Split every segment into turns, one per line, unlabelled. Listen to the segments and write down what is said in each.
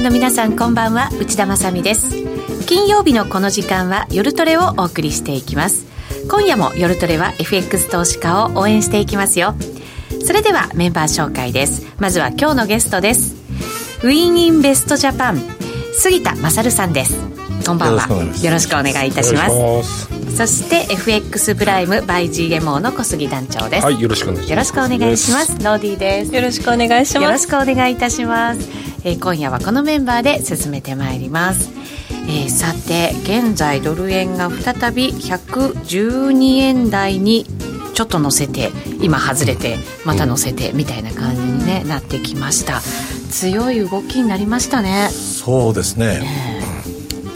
の皆さんこんばんは内田まさみです金曜日のこの時間は夜トレをお送りしていきます今夜も夜トレは FX 投資家を応援していきますよそれではメンバー紹介ですまずは今日のゲストですウィンインベストジャパン杉田勝さんですこんばんはよろしくお願いいたしますそして FX プライム by GMO の小杉団長です。
はい、よろしくお願いします。
よろしくお願いします。ノーディーです。
よろしくお願いします。
よろしくお願いいたします。えー、今夜はこのメンバーで進めてまいります。えー、さて現在ドル円が再び112円台にちょっと乗せて今外れてまた乗せてみたいな感じに、ね、なってきました強い動きになりましたね
そうですね、ね、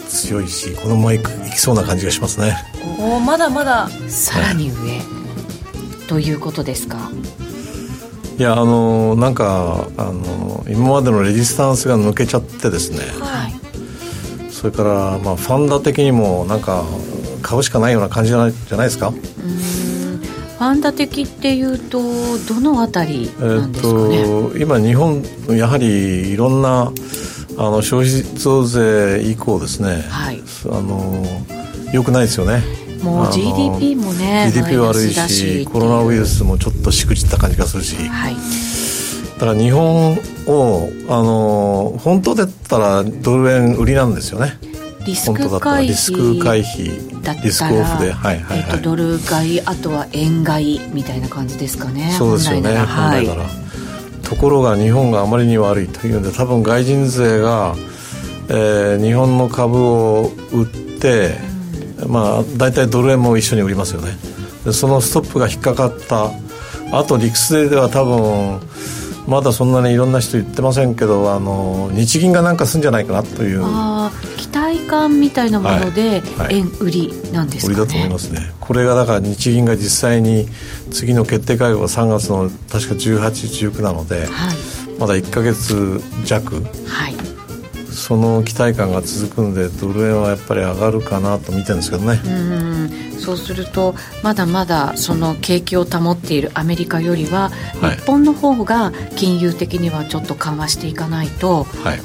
強いしこのままいくいきそうな感じがしますね
おおまだまだ
さらに上、ね、ということですか
いやあのなんかあの今までのレジスタンスが抜けちゃってですね、はい、それから、まあ、ファンダ的にもなんか買うしかないような感じじゃないじゃないですか
ファンダ的っていうとどのあたりなんですか、ね、えー、
と今日本やはりいろんなあの消費増税以降ですね、はい、あのよくないですよね
もう GDP もね
GDP 悪いしコロナウイルスもちょっとしくじった感じがするし、はい、だから日本をあの本当だったらドル円売りなんですよね
リスク回避
リスク回避
だったらリスクオフで、はいはいはい、えー、とドル買いあとは円買いみたいな感じですかね
そうですよね本来なら、はい、ところが日本があまりに悪いというので多分外人勢が、えー、日本の株を売ってまあ、大体ドル円も一緒に売りますよねそのストップが引っかかったあと理屈では多分まだそんなにいろんな人言ってませんけどあの日銀がなんかするんじゃないかなという
期待感みたいなもので、はいはい、円売りなんですか、
ね、売りだと思いますねこれがだから日銀が実際に次の決定会合が3月の確か1819なので、はい、まだ1か月弱、はいその期待感が続くんでドル円はやっぱり上がるかなと見てるんですけどね
うんそうするとまだまだその景気を保っているアメリカよりは、はい、日本の方が金融的にはちょっと緩和していかないと、はい、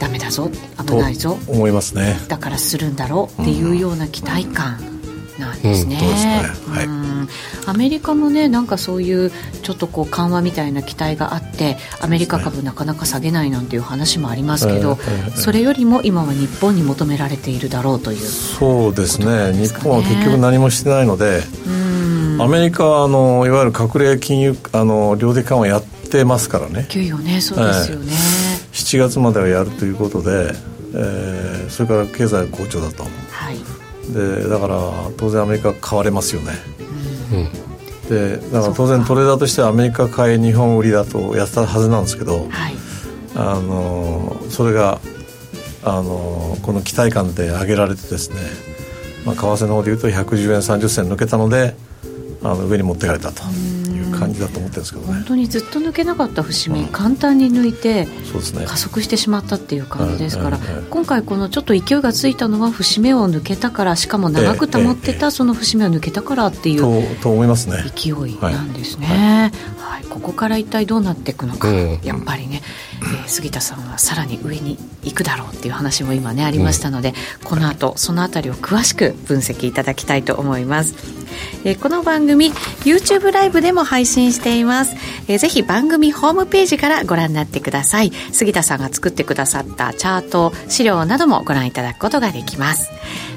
ダメだぞ危ないぞ
思いますね
だからするんだろうっていうような期待感、なんですね,、うんねはい。アメリカもね、なんかそういうちょっとこう緩和みたいな期待があって、アメリカ株なかなか下げないなんていう話もありますけど、それよりも今は日本に求められているだろうという、ね、
そうですね。日本は結局何もしてないので、アメリカはあのいわゆる隠れ金融あの量的緩和やってますからね。
給与ね、そうですよね、
えー、7月まではやるということで、えー、それから経済好調だと。はい。でだから当然アメリカ買われますよね、うん、でだから当然トレーダーとしてはアメリカ買い日本売りだとやったはずなんですけど、はい、あのそれがあのこの期待感で上げられてですね、まあ、為替の方でいうと110円30銭抜けたのであの上に持っていかれたと。いう感じだと思ってるんですけどね、
本当にずっと抜けなかった節目、うん、簡単に抜いて、
そうですね、
加速してしまったっていう感じですから、はいはいはい、今回、このちょっと勢いがついたのは節目を抜けたからしかも長く保ってた、その節目を抜けたからっていう、
えええと思いますね
勢いなんですね、はい、はい、ここから一体どうなっていくのか、うん、やっぱりね、えー、杉田さんはさらに上にいくだろうっていう話も今ねありましたので、うん、この後そのあたりを詳しく分析いただきたいと思います。えー、この番組 YouTube ライブでも配信しています、えー、ぜひ番組ホームページからご覧になってください杉田さんが作ってくださったチャート資料などもご覧いただくことができます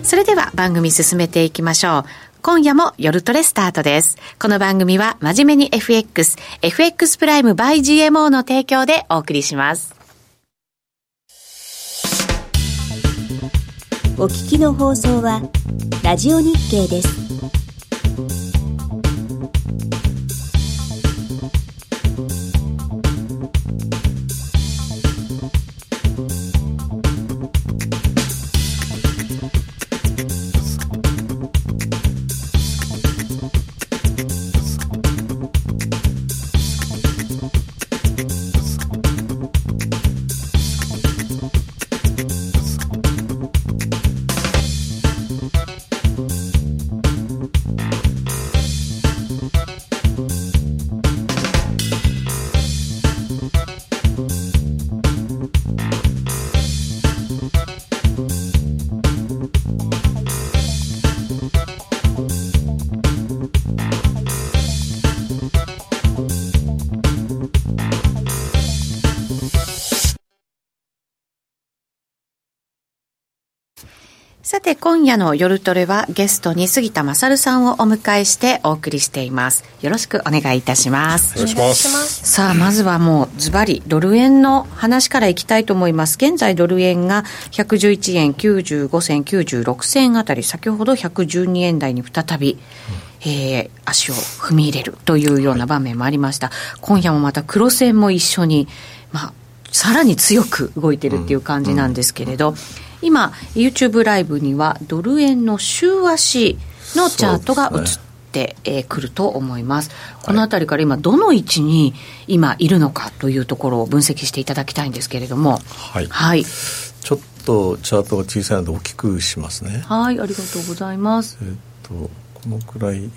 それでは番組進めていきましょう今夜も夜トレスタートです。この番組は真面目に FX、FX プライム by GMO の提供でお送りします。
お聞きの放送はラジオ日経です。
さて今夜の夜トレはゲストに杉田勝さんをお迎えしてお送りしていますよろしくお願いいたします
お願いします
さあまずはもうズバリドル円の話からいきたいと思います現在ドル円が111円95銭96銭あたり先ほど112円台に再び、えー足を踏み入れるというような場面もありました、今夜もまた黒線も一緒に、まあ、さらに強く動いてるっていう感じなんですけれど、今 YouTube ライブにはドル円の週足のチャートが映ってえーくると思いますこの辺りから今どの位置に今いるのかというところを分析していただきたいんですけれども
はい
はい、
ちょっとチャートが小さいので大きくしますね
はい、ありがとうございます
えっとこのくらい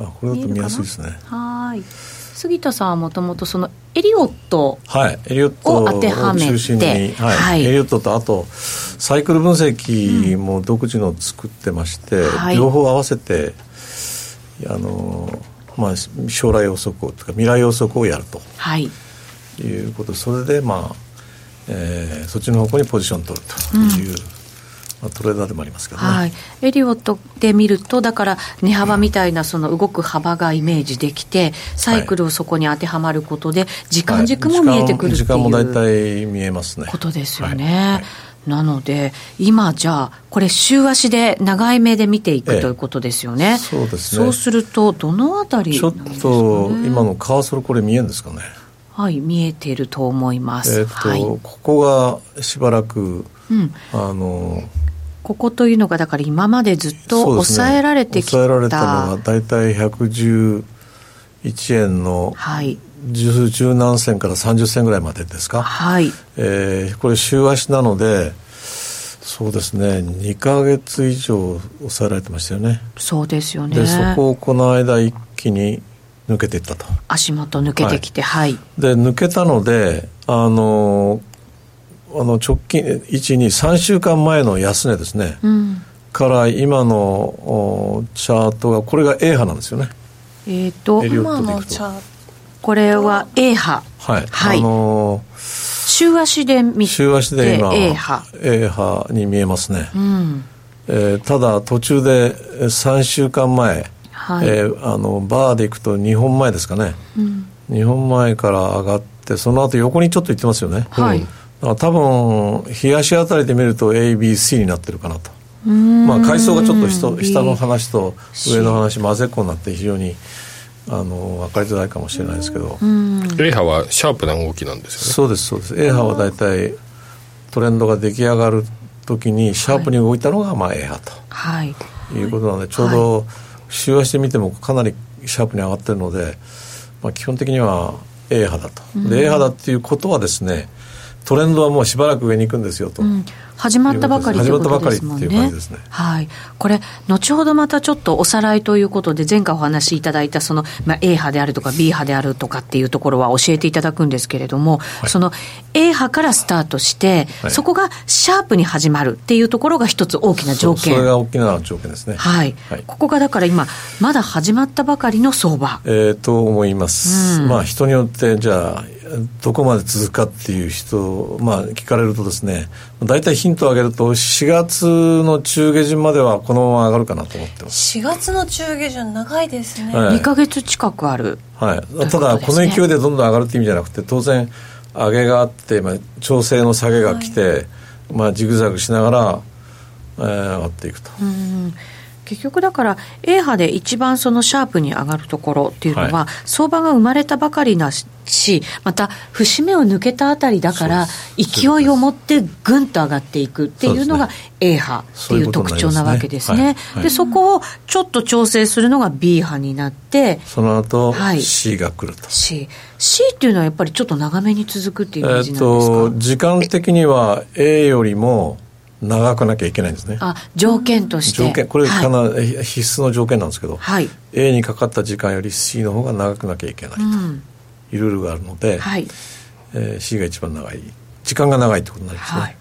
あこれだと見やすいですね
はい杉田さんはもともとそのエリオット
はい、エリオット
を当てはめて
を中心に、はい
はい
エリオットとあとサイクル分析も独自のを作ってまして、
はい
両方合わせてあの、まあ、将来予測をとか未来予測をやると
はい
いうことそれで、まあえーそっちの方向にポジションを取るという、まあ、トレーダーでもありますけどね。
はい、エリオットで見るとだから値幅みたいなその動く幅がイメージできてサイクルをそこに当てはまることで時間軸も見えてくるってい
時間も時間も大
う
体見えますね
ことですよ
はいは
ね
い。
なので今じゃあこれ週足で長い目で見ていくということですよね。
そうですね
そうするとどのあたり
ち
な
ょ
ん
っ
ですか
と
ね
今のカーソルこれ見えるんですかね
はい見えていると思います。
えっと、
はい。
ここがしばらく
うん
あの
ここというのがだから今までずっと
そうですね
抑えられてきた、
抑えられたのが大体111円の
はい
十十何銭から30銭ぐらいまでですか、
はい
えーこれ週足なのでそうですね2か月以上抑えられてましたよね
そうですよね。
でそこをこの間一気に抜けていったと
足元抜けてきてはい、
で抜けたのであのあの直近123週間前の安値ですね、
うん、
から今のおチャートがこれが A 波なんですよね
えっ、と
エリオッ
今
トでい
の
く
チ
と
ャー
これは A 波
はい、
はい
あの
週足で見
ー週足で今
A 波
A 波に見えますね、
うん
えーただ途中で3週間前、
はい
えーあのバーでいくと2本前ですかね、
うん
日本前から上がってその後横にちょっと行ってますよね、
はい
うんだから多分冷やしあたりで見ると ABC になってるかなと、
うーん
まあ、階層がちょっとひと
B
下の話と上の話混ぜっこになって非常にあの分かりづらいかもしれないですけど、
うん
レイハはシャープな動きなんですよ
そうですそうです A 波は大体トレンドが出来上がる時にシャープに動いたのがまあ A 波
はい
ということなのでちょうど週足で見てもかなりシャープに上がってるので、まあ、基本的には A 波だと、で A 波だっていうことはですねトレンドはもうしばらく上に行くんですよと、
うん、始まったばかりということですもんね。
始まったばかりっていう感じですね
はい、これ後ほどまたちょっとおさらいということで前回お話しいただいたその、まあ、A 波であるとか B 波であるとかっていうところは教えていただくんですけれども、その A 波からスタートして、
はい
そこがシャープに始まるっていうところが一つ大きな条
そそ
件。
れが大きな条件ですね
はい、
はい
ここがだから今まだ始まったばかりの相場。
えーと思います、
うん
まあ人によってじゃあどこまで続くかっていう人、まあ、聞かれるとですね大体ヒントを挙げると4月の中下旬まではこのまま上がるかなと思ってます、
4月の中下旬長いですね、
はい
2ヶ月近くある。
はい、
というこ
た
と
だ
ですね
この勢いでどんどん上がるって意味じゃなくて当然上げがあって、まあ、調整の下げが来て、まあ、ジグザグしながら、えー上がっていくと、
うん結局だから A 波で一番そのシャープに上がるところっていうのは、
は
相場が生まれたばかりだしまた節目を抜けたあたりだから
そうです
勢いを持ってぐんと上がっていくっていうのが A 波っていう特徴なわけですね
そういうことになりますねはい
でそこをちょっと調整するのが B 波になって
その後、
はい
C が来ると
C, C っていうのはやっぱりちょっと長めに続くっていうイメー
え
ジ
っ
なんですか、
と時間的には A よりも長くなきゃいけないんですね
あ条件として
条件これ
はい
かな、必須の条件なんですけど、
はい、
A にかかった時間より C の方が長くなきゃいけないと
う
い
ん
うルールがあるので、
はい
えー C が一番長い時間が長いってことになりますね、
はい、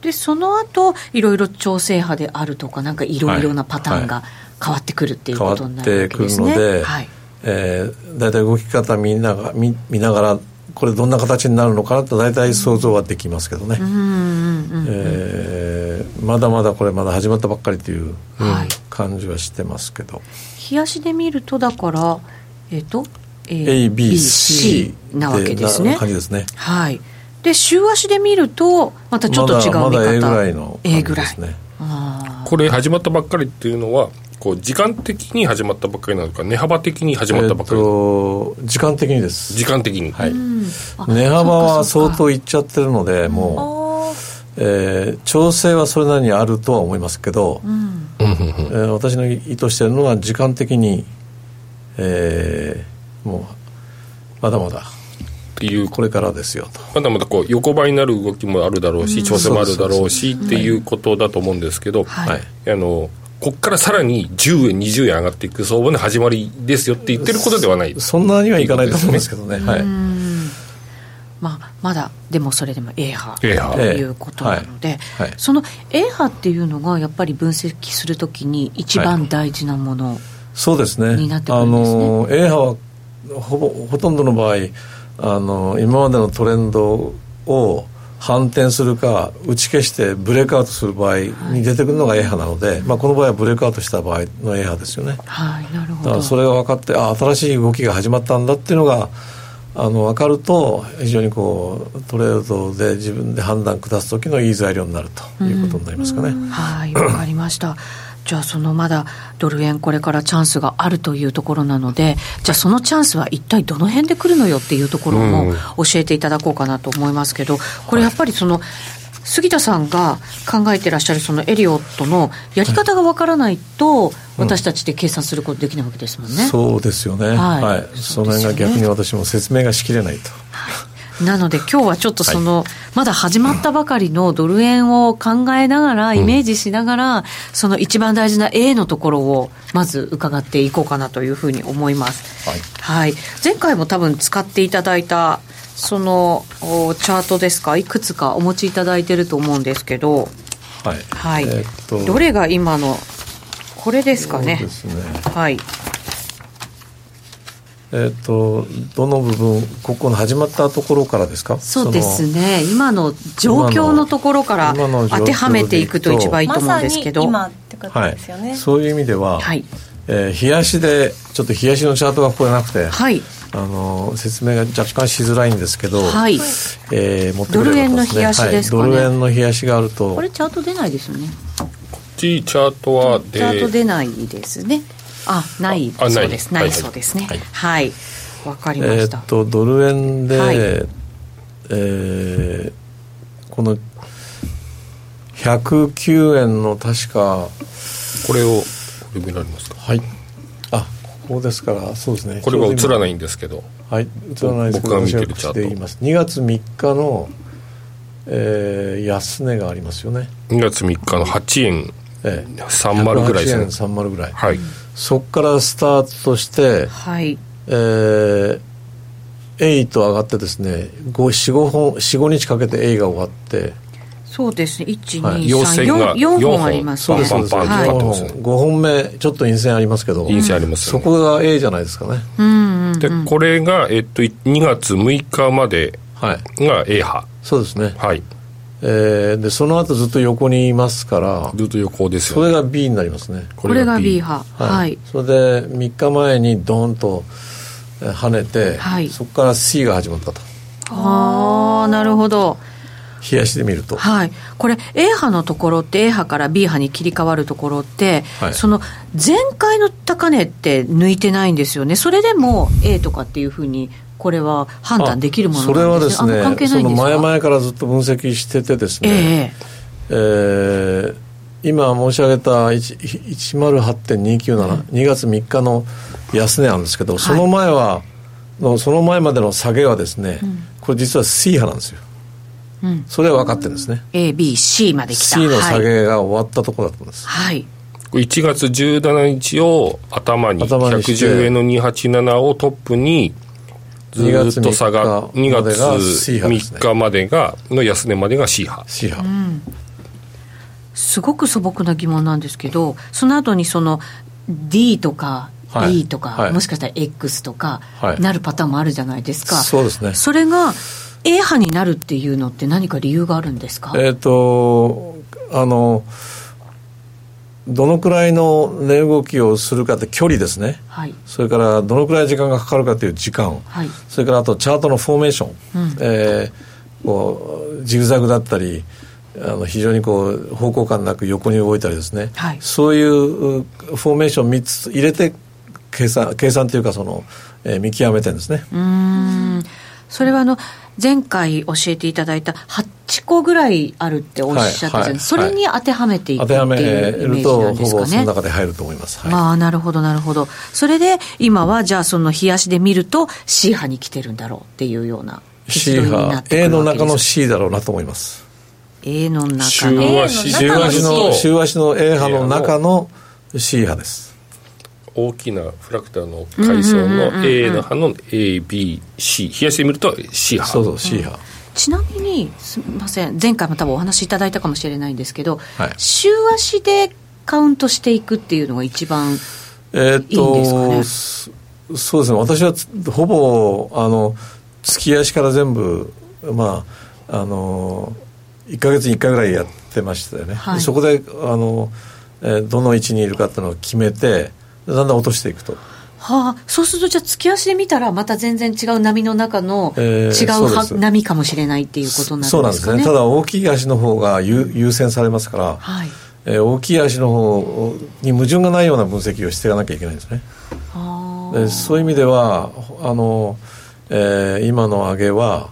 でその後いろいろ調整派であるとかなんかいろいろなパターンが変わってくるっていうことになるわけですね。
変わってくるので
はい
えー、だいたい動き方見なが見見ながらこれどんな形になるのかなと大体想像はできますけどね、えーまだまだこれまだ始まったばっかりという
はい
感じはしてますけど、
冷やしで見るとだからえっ、と
ABC
なわけですね
な感じですね
はいで週足で見るとまたちょっと違う見方
まだまだ A ぐらいの感
A
じ
ぐ
で
らい
すね
あ
これ始まったばっかりっていうのはこう時間的に始まったばっかりなのか値幅的に始まったばっかり、
えーと時間的にです
時間的に、
はい
ーうんあ
値幅は
そう
相
か
当いっちゃってるのでも
あ
う、えー調整はそれなりにあるとは思いますけど、
うん
うんうんうん
えー私の意図してるのは時間的に、えーもうまだまだ
っていう
これからですよと
まだまだこう横ばいになる動きもあるだろうし、調整もあるだろうしっていうことだと思うんですけど、
はい
はい
あのこっからさらに10円、20円上がっていく相場の始まりですよって言ってることではない、
そんなにはいかないと思うんですけどねはい、
うんまあまだでもそれでも A 波
A 波
ということなので、
はいはい
その A 波っていうのがやっぱり分析するときに一番大事なもの、
そうですね
になってく
あ
るんですね
の A 波はほぼほとんどの場合あの今までのトレンドを反転するか打ち消してブレイクアウトする場合に出てくるのが A 波なので、まあ、この場合はブレイクアウトした場合の A 波ですよね
はいなる
だ
ほ
から
ど
それが分かってあ新しい動きが始まったんだっていうのがあの分かると非常にこうトレードで自分で判断下す時のいい材料になるということになりますかね、
はいわかりましたじゃあそのまだドル円これからチャンスがあるというところなのでじゃあそのチャンスは一体どの辺で来るのよっていうところも教えていただこうかなと思いますけどこれやっぱりその杉田さんが考えてらっしゃるそのエリオットのやり方がわからないと私たちで計算することできないわけですもんね。
そうですよね
は
はいい、
そ
そう
で
の
すよね
辺が逆に私も説明がしきれないと
なので今日はちょっとその、まだ始まったばかりのドル円を考えながら、イメージしながら、その一番大事な A のところをまず伺っていこうかなというふうに思います。
は
は
い
い。前回も多分使っていただいた、そのおチャートですか、いくつかお持ちいただいてると思うんですけど、
はい、
はい。
えーっと
どれが今の、これですかね
そう。ですね
はい。
えーっとどの部分ここの始まったところからですか
そうです
の
ね今の状況のところから
今の
当てはめていくと一番いいと思うんですけど、
まさに今ってこと
は
で
い
すよね。
そういう意味では、
はい
えー冷やしでちょっと冷やしのチャートがここになくて、
はい
あの説明が若干しづらいんですけど、
はい
えー持ってくれば
ドル円の冷やしですかね
はい、ドル円の冷やしがあると
これチャート出ないですよね
チチャートは
チ
で
ャート出ないですねあない
あない
そうですな
はいい
そうですね
はい
はいわ、かりま
え
し
ー
た
っ、とドル円で、
はい
えーこの109円の確か
これをこれ見られますか
はいあここですからそうですね
これは映らないいんですけど
はい映らないですけど
僕が見て
私
るチャート
口で言います2月3日の、えー安値がありますよね、
2月3日の8円
ええ
30ぐらいですね
108円30ぐらい、
はい
そこからスタートして、
はい
えー、A と上がってですね45本45日かけて A が終わって
そうですね1 2 3
はい
陽線が
4
四
本
本
あります
そ
ね
うですそうです
五
パンパン
はい
と
本五本目ちょっと陰線ありますけど
陰線あります
そ
よね
こが A じゃないですかね
うんうん
でこれが、えっと、2月6日まで
はい
が A 波
そうですね、
はい
えーでその後ずっと横にいますから
ずっと横です
そ
よ
れが
ね
B になりますね
これが B
波
波はい、
それで3日前にドーンとえー跳ねて、
はい
そこから C が始まったと
ああなるほど
冷やしで見ると
はい、これ A 波のところって A 波から B 波に切り替わるところって、
はい
その前回の高値って抜いてないんですよねそれでも A とかっていうふうにこれは判断できるもの
それ
なん
は
で
ですす
ねあんま関
ね
係ない
そ
ん
の
ですか
前々からずっと分析しててです
え
ね、
え
えー今申し上げた1 108.297、2月3日の安値なんですけど、その前はのその前までの下げはですね、これ実は C 波なんですよ
うん
それは分かってるんですね、
ABC まで来た
C の下
はい、
げが終わったところだったんです、
はい
1月17日を頭に
頭にして
110円の287をトップにずーっと下が2
2
月
月3日までが C 波ですね
3日までがの安値までが C 波
C 波、
すごく素朴な疑問なんですけどその後にその D とか
はい
E とか、
はい
もしかしたら X とか、
はい
なるパターンもあるじゃないですか、
そうですね
それが A 波になるっていうのって何か理由があるんですか、
えっ、とあのどのくらいの値動きをするかって距離ですね
はい
それからどのくらい時間がかかるかという時間、
はい
それからあとチャートのフォーメーション、
うん
えーこうジグザグだったりあの非常にこう方向感なく横に動いたりですね、
はい
そういううフォーメーション3つ入れて計算計算というかその、えー見極めてるんですね、
うーんそれはあの前回教えていただいた8個ぐらいあるっておっしゃったじゃない、
はいはい
それに当てはめていく
当
って
て
いう
は
イ
め
メー
る
ジな
と
んで
ほ
すか
ぼそ
ね
の。中で入ると思います、はい
まあなるほどなるほどそれで今はじゃあその冷やしで見ると C 波に来てるんだろうっていうような
C
位置取りにな
波
ってく
A
る
の
わけ
中の
です
C だろうなと思います
A の中
週
の
足
中
週
の
足の
C
週足の A 波の中の C 波です
大きなフラクタルの階層の A の波の ABC 冷やしてみると C 波
そうそう C 波、
ちなみにすみません前回も多分お話しいただいたかもしれないんですけど、
はい
週足でカウントしていくっていうのが一番
えーっ
いいんですかね
とそそうですね私はつほぼあの月足から全部まああの1か月に1回ぐらいやってましたよね、
はい
そこであの、えーどの位置にいるかっていうのを決めてだんだん落としていくと
はあ、そうするとじゃあ月足で見たらまた全然違う波の中の違
え
う
ー
は、
そうです
波かもしれないっていうことになるんです
そう
か
なんで
ね。
すねただ大きい足の方が優優先されますから、
はい、
えー大きい足の方に矛盾がないような分析をしていかなきゃいけないんですね
あ
でそういう意味ではあの、えー今の上げは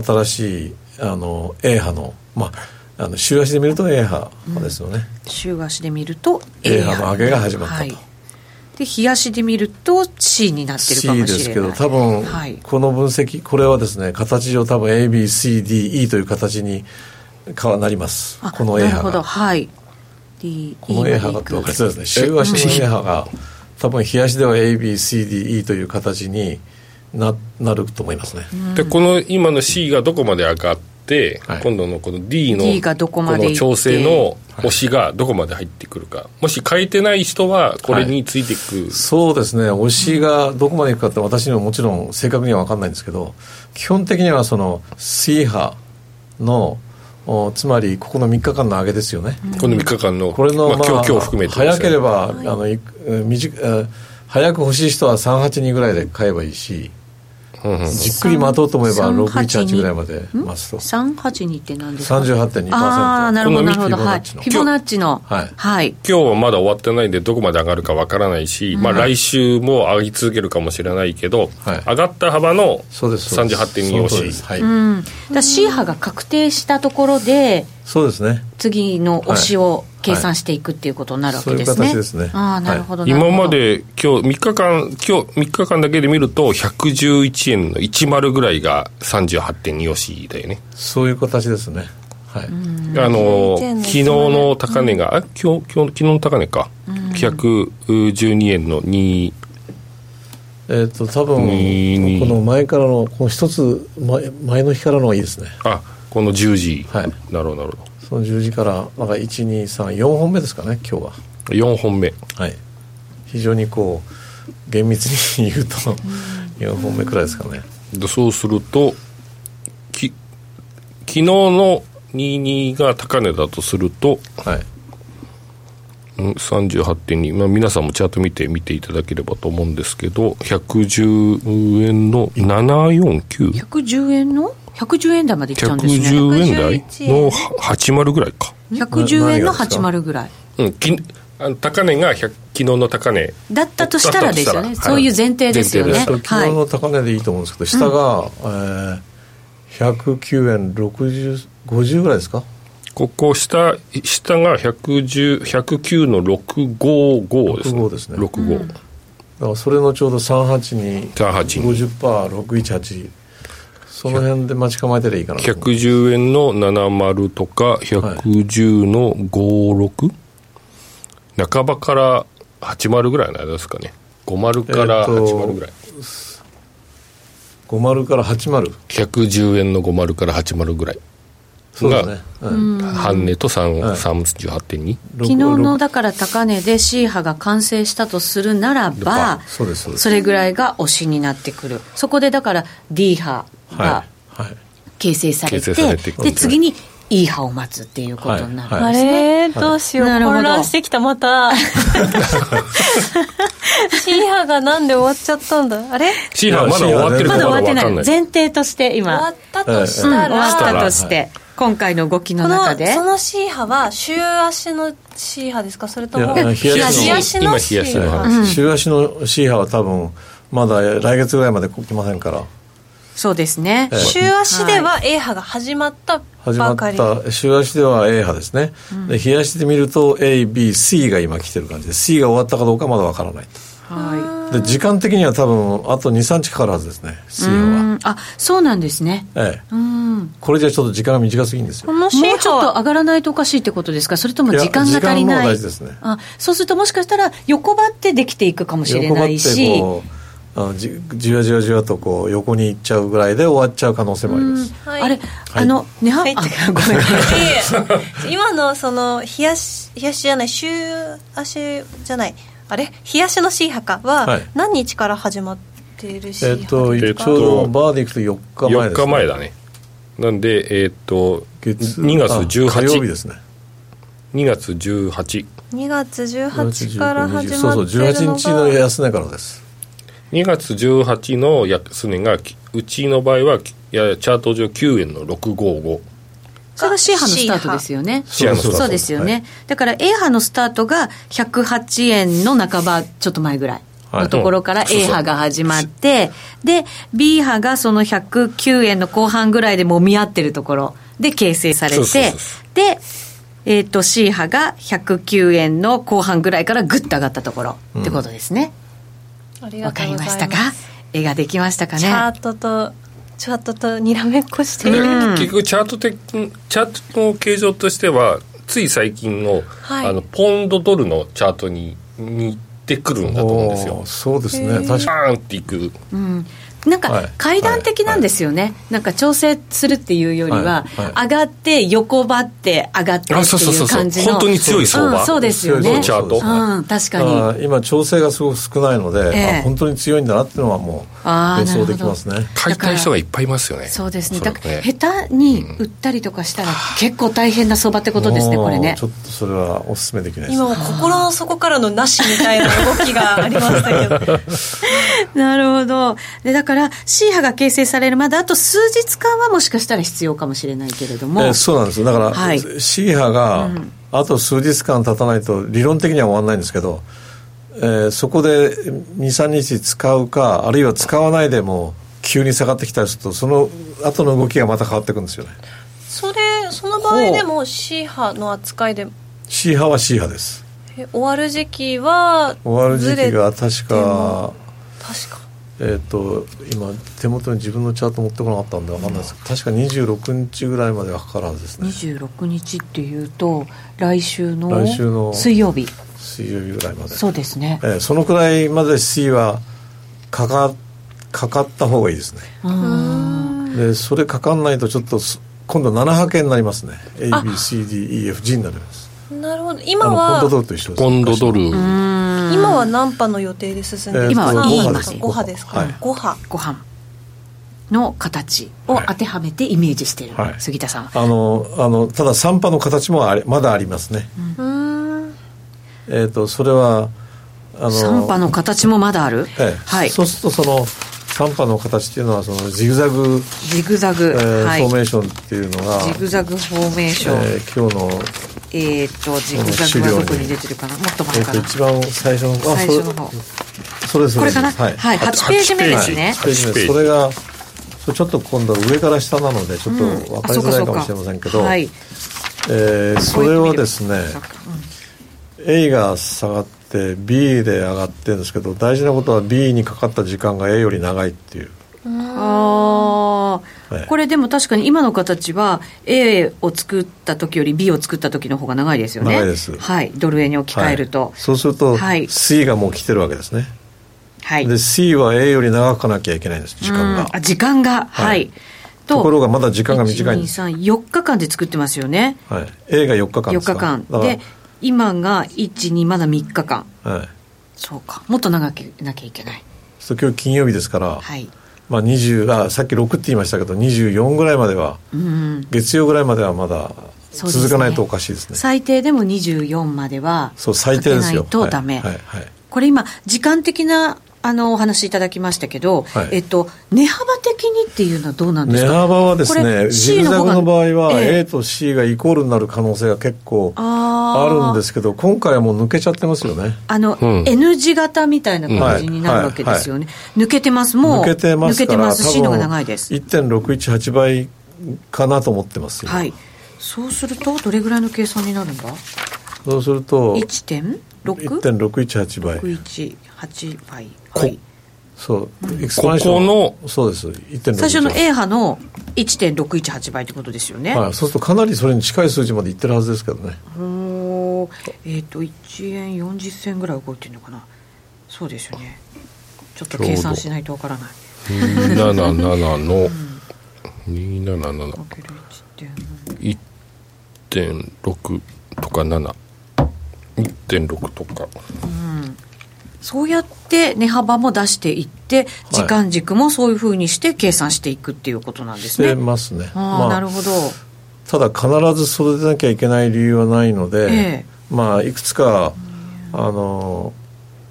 新しいあの A 波の,、まあ、あの週足で見ると A 波ですよね、
ー週足で見ると
A 波の上げが始まったと
はい、で日足で見ると C になってる
C
かもしれない
ですけど多分、
はい
この分析これはですね形上多分 ABCDE という形にかなります
あ
この A
なる
波
ほど
が
はい D
この A 波がっておかしいですね週足の A 波が多分日足では ABCDE という形にななると思いますね、
でこの今の C がどこまで上がって、
はい
今度のこの D の
D がどこまで行って
の調整の押しがどこまで入ってくるかもし変えてない人はこれについていく、
そうですね、推しがどこまでいくかって、私にももちろん正確には分かんないんですけど、基本的にはその C 波の、おつまりここの3日間の上げですよね、
この3日間の
これの、
まあ、
まあ
今日今日含めてで
早
すね
ければ、あのいえ短えー早く欲しい人は382ぐらいで買えばいいし、
うんうん
じっくり待とうと思えば、
382
618ぐらいまで待つと、
三八二って何ですか。
38.2%
ああなるほどなるほど
この
はい。
ミ
フ
キ
ィボナッチの
はい
はい。
今日はまだ終わってないんでどこまで上がるかわからないし、まあ、来週も上がり続けるかもしれないけど、
はい
上がった幅の
そうです、そうです
38.2を
その通り
押
で
し
す、はい
うん。だから C 波が確定したところで
そうですね。
次の推しを計算していくっていうことになるわけですね。
そういう形ですね
ああなるほど。なるほ
今
ど
ま。で今日3日間今日3日間だけで見ると111円の10ぐらいが38.2押しだよね、
そういう形ですね。はい。
あの
111円の
昨日の高値が、あ今日今日昨日の高値か、112円の2
えっ、と多
うん
分この前からのこの一つ前前の日からのがいいですね。
あこの10時、
はい
なるほどなるほ
その十時からなんか一二三四本目ですかね今日は。
ど4本目
はい。非常にこう厳密に言うと四本目くらいですかね。
でそうするとき昨日の22が高値だとすると
はい。
うん38.2、まあ、皆さんもチャート見て見ていただければと思うんですけど110円の74910
110円の110円台までいっちゃうんですね。
円台
111円
の80ぐらいか、
110円の
何がですか
80ぐらい。
うん、きあの高値が100昨日の高値
だったとしたらですよ
だっ
ね。
たとしたら
そういう前提ですよね。
え前
そ
は
れ
い。
昨日の高値でいいと思うんですけど、下が、えー109円60、50ぐらいですか
ここ下下が110 109の655ですね
655ですね
65
だからそれのちょうど382、
382
50%、618、その辺で待ち構えてりゃいいかなと思う
110円の70とか110の56、半ばから80ぐらいの間ですかね50から80ぐらい、
50から80
110円の50から80ぐらい
そうだね、うん、
半値と
はい
38.2、
昨日のだから高値で C 波が完成したとするならば
そうですそうです
それぐらいが推しになってくるそこでだから D 波が
はい、はい、
形成されて,、
形成されていく
で次に E 波を待つっていうことになる、
はい
あれどうしよう、
なるほど
混乱してきたま たシーハがなんで終わっちゃったんだあれ終
C 波まだ終わってる
ま
か
だ終
どうか
わっ
分
てな
か
い
んない
前提として
わ
今
っ、たとした
終わっ
ら、
たとして、今回の動きの
こ
中
の
で
そのシーハは週足のシーハですかそれとも
いや
日
日
足の
足のシ
今日足
ー
の
ハ
話
はい週足の C 波は多分まだ来月ぐらいまで来ませんから
そうですね、
え
週足では A 波が始まった
始ま
ば
っ
かり
た週足では A 波ですね、で日足で見ると ABC が今来てる感じで C が終わったかどうかまだわからない
は
で時間的には多分あと23日かかるはずですね C
い、
波は、
うんあそうなんですね
ええ、
うん
これじゃちょっと時間が短すぎるんですよ
このシ
も
ー
うちょ
ハ
っと
は
上がらないとおかしいってことですかそれとも
いや
時間が足りない
時間も大事ですね
あそうするともしかしたら横ばってできていくかもしれないし
横ばってこうあのじじわじわじわとこう横に行っちゃうぐらいで終わっちゃう可能性もあります、
はい
あれ、あのねは、
はい
あごめん
いえ今のその日足日足じゃない週足じゃないあれ日足のシーハか
は
はい何日から始まっているシ
え
ー
っと
ハ
えっ
ち
と
ょうどバーで行くと4日前で
4
す、ね、
日前だねなんでえーっと
月
2月
あ火曜日で
18
すね
2月18
2月18
18
日から
19 20
始まってるのが
そうそう18日の安値からです
2月18の安値がきうちの場合はきいやチャート上9円の655
それが C 波のスタートですよね
シーハのスタート
そうですよね、だから A 波のスタートが108円の半ばちょっと前ぐらいのところから
はい
A 波が始まって、で B 波がその109円の後半ぐらいでもみ合ってるところで形成され
そうそう
て
そうそ
で、えー、と C 波が109円の後半ぐらいからぐっと上がったところってことですね
あり
わ、
がと
か
う
り
ござ
ま
い
したか絵ができましたかね
チャートとチャートとにらめっこして
で
る、
結局チャート的チャートの形状としてはつい最近の,、
はい
あのポンドドルのチャートに似てくるんだと思うんです
お
よ
ーそうですね確
シ
か
ャーンっていく
うんなん
はい
か階段的なんですよね、なんか調整するっていうよりは、
はいは
上がって横ばって上がってっていう感じの
本当に強い相場、
うんそうですよ
こ
ね
のチャート、
そうです
うん、確かに
あー今調整がすごく少ないので、
ええ
あ本当に強いんだなっていうのはもう
あー
予想できます
なる
ね
買いたい人がいっぱいいますよね
そうですね
お
だ
ら
か
く
ら下手に売ったりとかしたら結構大変な相場ってことですね
もう
これね
ちょっとそれはお勧めできないです
今もう心の底からのなしみたいな動きがありまし たけど
なるほどでだから C 波が形成されるまであと数日間はもしかしたら必要かもしれないけれども、
えーそうなんですだから、
はい
C 波があと数日間経たないと理論的には終わらないんですけど、えーそこで23日使うかあるいは使わないでも急に下がってきたりするとその後の動きがまた変わってくるんですよね
それその場合でもシーハの扱いで
C 波は C 波です
え終わる時期は
終わる時期が
ずれ
確か
確か
えっ、と今手元に自分のチャート持ってこなかったんで分かんないですけど確か26日ぐらいまではかかるはずですね
26日っていうと来週の
来週の
水曜日
水曜日ぐらいまで
そうですね
えーそのくらいまで C はかかかかった方がいいですねでそれかかんないとちょっとす今度7波形になりますね ABCDEFG になります
なるほど
あ
今
のポンドド
は
ルと一緒です
ポンドドル、
今は何波の予定で進んでる
今は
三
E
波
ま
で
です
5波ですか、
は
ね
い
5波
ご飯の形を当てはめてイメージしてる、
はい
杉田さんは
あのあのただ3波の形もありまだありますね、
うーん
えっ、とそれはあの
3波の形もまだある、
ええ
はい
そうするとその3波の形っていうのはそのジグザグ、
ジグザグ、
えー
はい
フォーメーションっていうのが、
ジグザグフォーメーション
えー今日の、
えーっとジグザグはどこに出てるかなもっと
え
前
ー、
か
と
な
一番最初のあ
最初の方
それそれそ
これかな
はい、
はい
あと
8ページ目ですね
8
ページ目
ページ
それがそうちょっと今度は上から下なのでちょっと分かりづらいかもしれませんけど、
はい
えーそれはですね
そっか
A が下がって B で上がってるんですけど大事なことは B にかかった時間が A より長いっていう
あー
はい
これでも確かに今の形は A を作った時より B を作った時の方が長いですよね
長いです
はいドル円に置き換えると
はいそうすると、
はい
C がもう来てるわけですね、
はい
で C は A より長くかなきゃいけないんです時間
うんあ
が
時間がは、
はいい
と
ところがまだ時間が短いんです
1234日間で作ってますよね
はい、A が4日間で
4
すか
日間
だから
で今が12まだ3日間
はい、
そうかもっと長くなきゃいけない
そう今日金曜日ですから、
はい
まあ、20あさっき6って言いましたけど24ぐらいまでは
うん
月曜ぐらいまではまだ
そうですね
続かないとおかしいですねそう
最低でも24までは
最低ですよ
かけないとダメ、
はいはいはい
これ今時間的なあのお話いただきましたけど、
はい
えっと値幅的にっていうのはどうなんです
値
か
幅はです
これ
ね
C
ジグ
の
ザ
方
グ
が
の場合は
ええ
A と C がイコールになる可能性が結構
あー
あるんですけど今回はもう抜けちゃってますよね
あの、
うん
N 字型みたいな感じになるわけですよね、抜けてますもう
抜けてます
抜け
か
てま
ら
す C のが長いです
1.618倍かなと思ってますよ、
はいそうするとどれぐらいの計算になるんだ
そうすると
1.6?1.618
1.618倍
倍、
こ
はい、
そう、エクス
こ
パンション
こ
そうです、1.6
最初の A 波の1.618倍ってことですよね、
はい、そうするとかなりそれに近い数字までいってるはずですけどね、
おーえっ、と1円40銭ぐらい動いてるのかなそうですよねちょっと計算しないとわからない
の277の277
かける1点
1.6とか71.6とか
そうやって値幅も出していって時間軸もそういうふうにして計算していくっていうことなんで
し
すね、
てますね、
ああ、
まあ
なるほど
ただ、必ずそれでなきゃいけない理由はないので、
ええ
まあ、いくつか、あの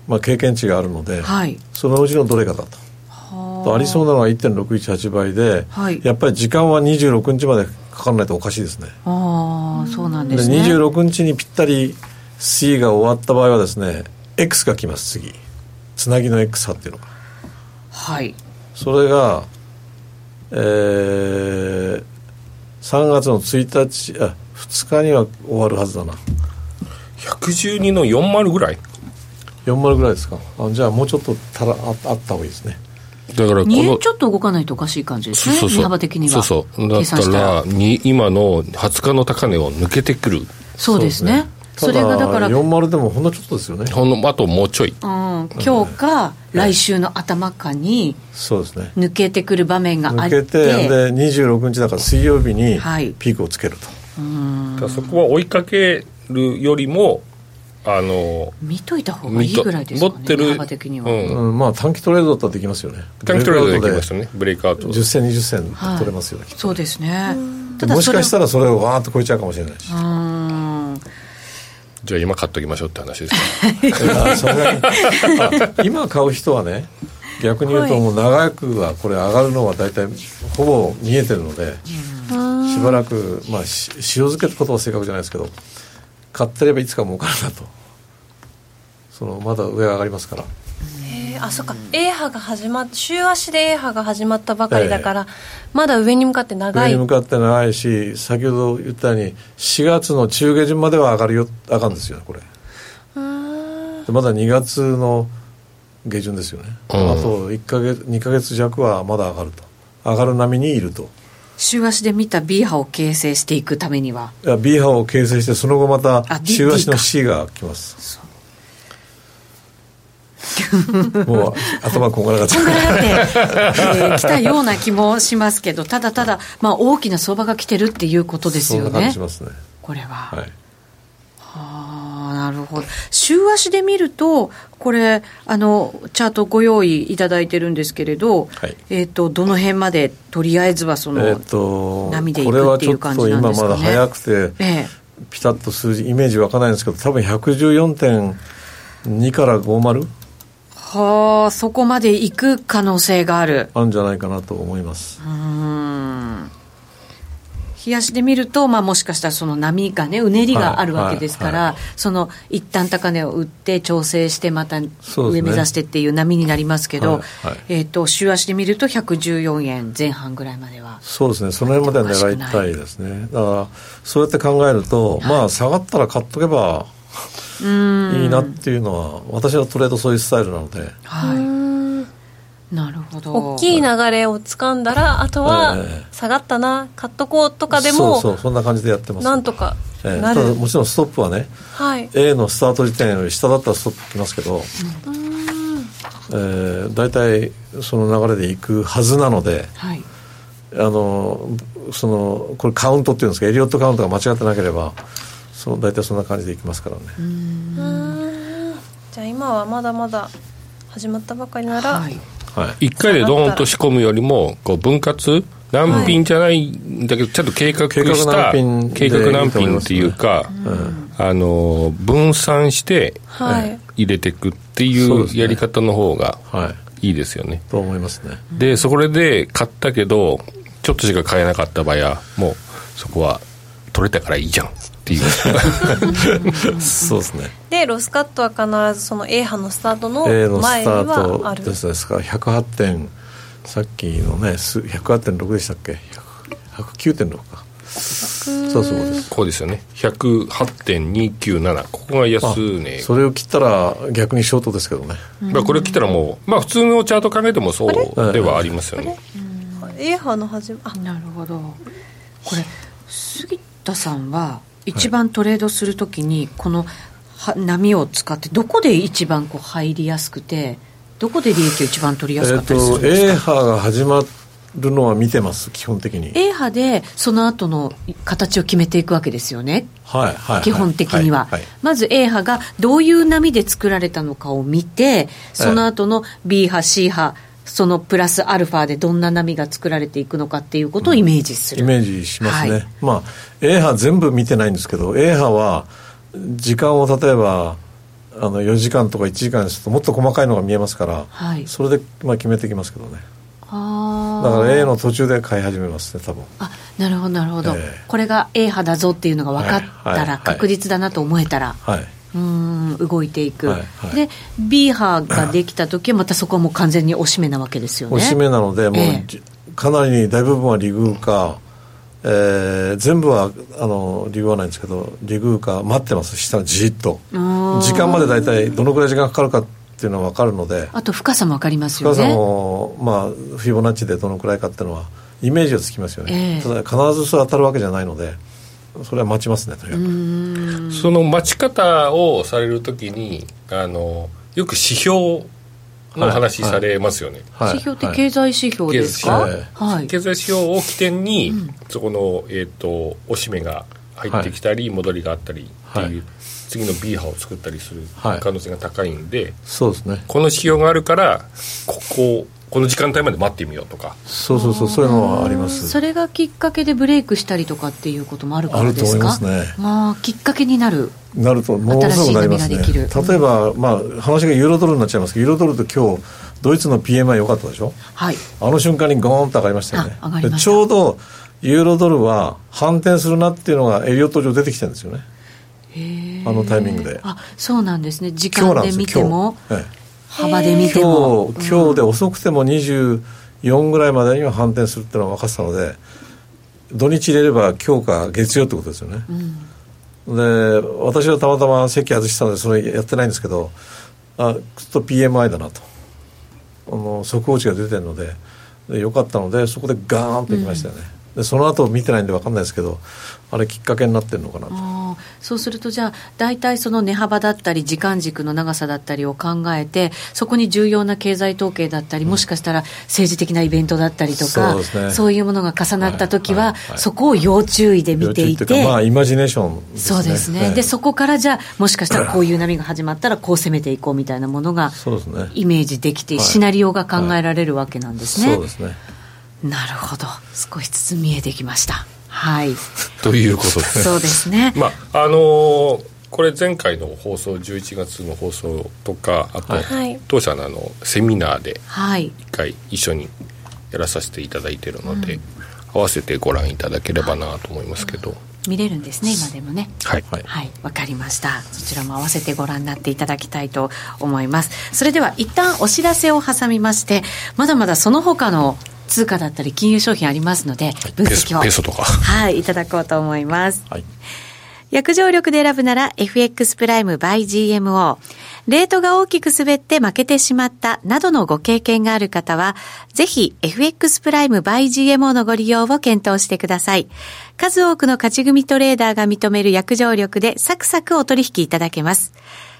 まあ、経験値があるので、
はい
そのうちのどれかだと。ありそうなのは1.618倍で、
はい
やっぱり時間は26日までかからないとおかしいですね。
ああそうなん
で
ですね
26日にぴったり C が終わった場合はですね X が来ます次つなぎの X 派っていうのが
はい
それがえー、3月の1日あ2日には終わるはずだな
112の40ぐらい
40ぐらいですかあじゃあもうちょっとたらああった方がいいですね
だからこ
2円
の
ちょっと動かないとおかしい感じです
そう
ね
そうそう
値幅的には
そうそうだ
計
った
算したら
らに今の20日の高値を抜けてくる
そうですねそれ
た
がだからうん
40でもほんのちょっとですよね
ほんのあともうちょい
今日か来週の頭かに
そうですね
抜けてくる場面があって
抜けてで26日だから水曜日に
はい
ピークをつけると、
だからそこは追いかけるよりもあの
見といた方がいいぐらいです
持
か
っ
ね
てる
値幅的には、
うん
うんまあ短期トレードだったらできますよね
短期トレードでき
ブレイクアウ
ま
ト
したねブレイクアウト
10銭20銭
はい
取れますよね、きっと
そうですね
でもしかした
ら
らそれをわーっと超えちゃうかもしれないし
うーん
じゃあ今買っときましょうっ て話です
あそれがあ今買う人はね逆に言うともう長くはこれ上がるのは大体ほぼ見えてるのでしばらくまあし塩漬けってことは正確じゃないですけど買ってればいつか儲かるなとそのまだ上上がりますから
えーあそっか A 波が始まっ週足で A 波が始まったばかりだから、まだ上に向かって長
上
い
に向かって長いし先ほど言ったように4月の中下旬までは上がるよ上がるんですよねこれでまだ2月の下旬ですよね、
うん
あと1か月2か月弱はまだ上がると上がる波にいると
週足で見た B 波を形成していくためにはい
や B 波を形成してその後ま
あ
た
D
週足の C が 来ますもう頭こんがらがって
こんぐらいだって、 えー来たような気もしますけどただただ、まあ、大きな相場が来てるっていうことです
そん
よ
な感じ
ね
しますね
これは、
はい
ああなるほど週足で見るとこれあのチャートご用意いただいてるんですけれど、
はい
えー、とどの辺までとりあえずはその、
えっと
波でい
これ
くっ
は
て
ち
い
ょ
う
っ
感
と
じなん
今
で
ます
かね
だ早くて、
ええ
ピタッと数字イメージわかないんですけど多分114.2から50
はあそこまで行く可能性がある
あるんじゃないかなと思います、
うーん冷やしで見ると、まあ、もしかしたらその波がねうねりがあるわけですから、
はいはいは
その一旦高値を打って調整してまた
そうで
上
すね
目指してっていう波になりますけど、
はいはい
えー、と週足で見ると114円前半ぐらいまでは
そうですねその辺までは狙いたいですねだからそうやって考えると、まあ下がったら買っとけば
うーん
いいなっていうのは私はトレードそういうスタイルなので
はい、
うん
なるほど
大きい流れを掴んだらあとは
え
下がったな買っとこうとかで
そう
も
そうそんな感じでやってます
なんとか
ええ
なる、
ただもちろんストップはね
はい
A のスタート時点より下だったらストップきますけど、えー、大体その流れでいくはずなので、
はい、
えあのそのこれカウントっていうんですかエリオットカウントが間違ってなければそう大体そんな感じでいきますからね
じゃあ今はまだまだ始まったばかりなら、
はい
はい
一回でドーンと仕込むよりもこう分割難品じゃないんだけど、ちゃんと計画し
計画難
た
品で
計画難品っていうか、あの分散して
はい、
入れていくって
そう
い
です
う
ね
やり方の方が
はい
いいですよね
と思いますね
でそれで買ったけどちょっとしか買えなかった場合はもうそこは取れたからいいじゃんっ ていう
そうですね
でロスカットは必ずその A 波のスタートの
A の
前
スタ
にはあ
ー
る
トですですから108点さっきのねす108.6でしたっけ100 109.6かそうそうです
こうですよね108.297ここが
あ
安値
それを切ったら逆にショートですけどね
まあこれ来たらもうまあ普通のチャート考えてもそうではありますよね
A 波の始まあ
なるほどこれ杉田さんは一番トレードするときにこのは波を使ってどこで一番こう入りやすくてどこで利益を一番取り
えっ、
やすかったりするん
と
ですか、
A 波が始まるのは見てます基本的に
A 波でその後の形を決めていくわけですよね
はいはいはい
基本的には、
はい
まず A 波がどういう波で作られたのかを見てその後の B 波 C 波そのプラスアルファでどんな波が作られていくのかっていうことをイメージする、
イメージしますね、
はい
まあ A 波全部見てないんですけど A 波は時間を例えばあの4時間とか1時間にするともっと細かいのが見えますから、
はい
それでまあ決めてきますけどね
あ
だ
ー
から A の途中で買い始めますね多分
あなるほどなるほど、
ええ
これが A 波だぞっていうのが分かったら、
はいはいはい
確実だなと思えたら、
はいう
ーん動いていく、
はいはい
で B 波ができた時はまたそこはもう完全におしめなわけですよね
おしめなのでもう
ええ
じ、かなり大部分はリグーか、えー全部はあのリグーはないんですけどリグーか待ってます下じっと
ー
時間まで大体どのくらい時間かかるかっていうのは分かるので
あと深さも分かりますよ
深さ
ね
も、まあ、フィボナッチでどのくらいかっていうのはイメージがつきますよね、
ええ
ただ必ずそれ当たるわけじゃないのでそれは待ちますねとにかく、
その待ち方をされるときにあのよく指標の話されますよね、
はい
指標って経済指標ですか、
は
はいい
経済指標を起点に、そこの、えー、とおしめが入ってきたり、戻りがあったりっていう、
はい
次の B 波を作ったりする
はい
可能性が高いんで、
そうですね
この指標があるからこここの時間帯まで待ってみようとか
そうそうそうそういうのはあります
それがきっかけでブレイクしたりとかっていうこともあるからですか
あると思いますね
まあきっかけになる
なるとものすごくなりますね
新しい波ができる
例えば、まあ、話がユーロドルになっちゃいますけどユーロドルって今日ドイツの PMI 良かったでしょ
はい
あの瞬間にゴーンと上がりましたよね
あ上がりました
でちょうどユーロドルは反転するなっていうのがエリオット上出てきてるんですよねあのタイミングで
あそうなんですね時
今日
間
なん
で
ですよ
見ても
今日、ええ
幅で見ても
今日今日で遅くても24ぐらいまでには反転するっていうのは分かってたので土日入れれば今日か月曜ってことですよね、で私はたまたま席外したのでそれやってないんですけどあちょっと PMI だなとあの速報値が出てるのででよかったのでそこでガーンといきましたよね、でその後見てないんで分かんないですけどあれきっかけになってるのかなと、
あーそうするとじゃあ大体その値幅だったり時間軸の長さだったりを考えてそこに重要な経済統計だったり、もしかしたら政治的なイベントだったりとか
そうですね
いうものが重なった時は、
はいはいはい
そこを要注意で見ていて
幼稚園うかまあイマジネーションです
そ
ね
うですね、
ええ
でそこからじゃあもしかしたらこういう波が始まったらこう攻めていこうみたいなものが
そうですね
イメージできて、
はい
シナリオが考えられるわけなんですね、
そうですね
なるほど少しずつ見えてきましたはい
ということです
そうです ね
まああのーこれ前回の放送11月の放送とかあと、
はい
当社のあのセミナーで
はい
一回一緒にやらさせていただいてるので、合わせてご覧いただければなと思いますけど、
見れるんですね今でもね
はい、
はい
はい、わかりました。そちらも合わせてご覧になっていただきたいと思います。それでは一旦お知らせを挟みまして、まだまだその他の通貨だったり金融商品ありますので、分
ペ
析
ソ
を。
ペソとか
はい、いただこうと思います。
はい
約定力で選ぶなら FX プライム by GMO。レートが大きく滑って負けてしまったなどのご経験がある方は、ぜひ FX プライム by GMO のご利用を検討してください。数多くの勝ち組トレーダーが認める約定力でサクサクお取引いただけます。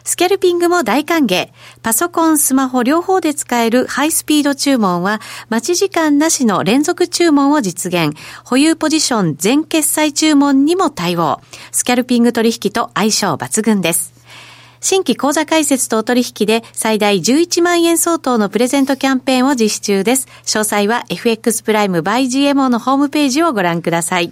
スキャルピングも大歓迎。パソコン、スマホ両方で使えるハイスピード注文は、待ち時間なしの連続注文を実現。保有ポジション全決済注文にも対応。スキャルピング取引と相性抜群です。新規口座開設とお取引で最大11万円相当のプレゼントキャンペーンを実施中です。詳細は FX プライム by GMO のホームページをご覧ください。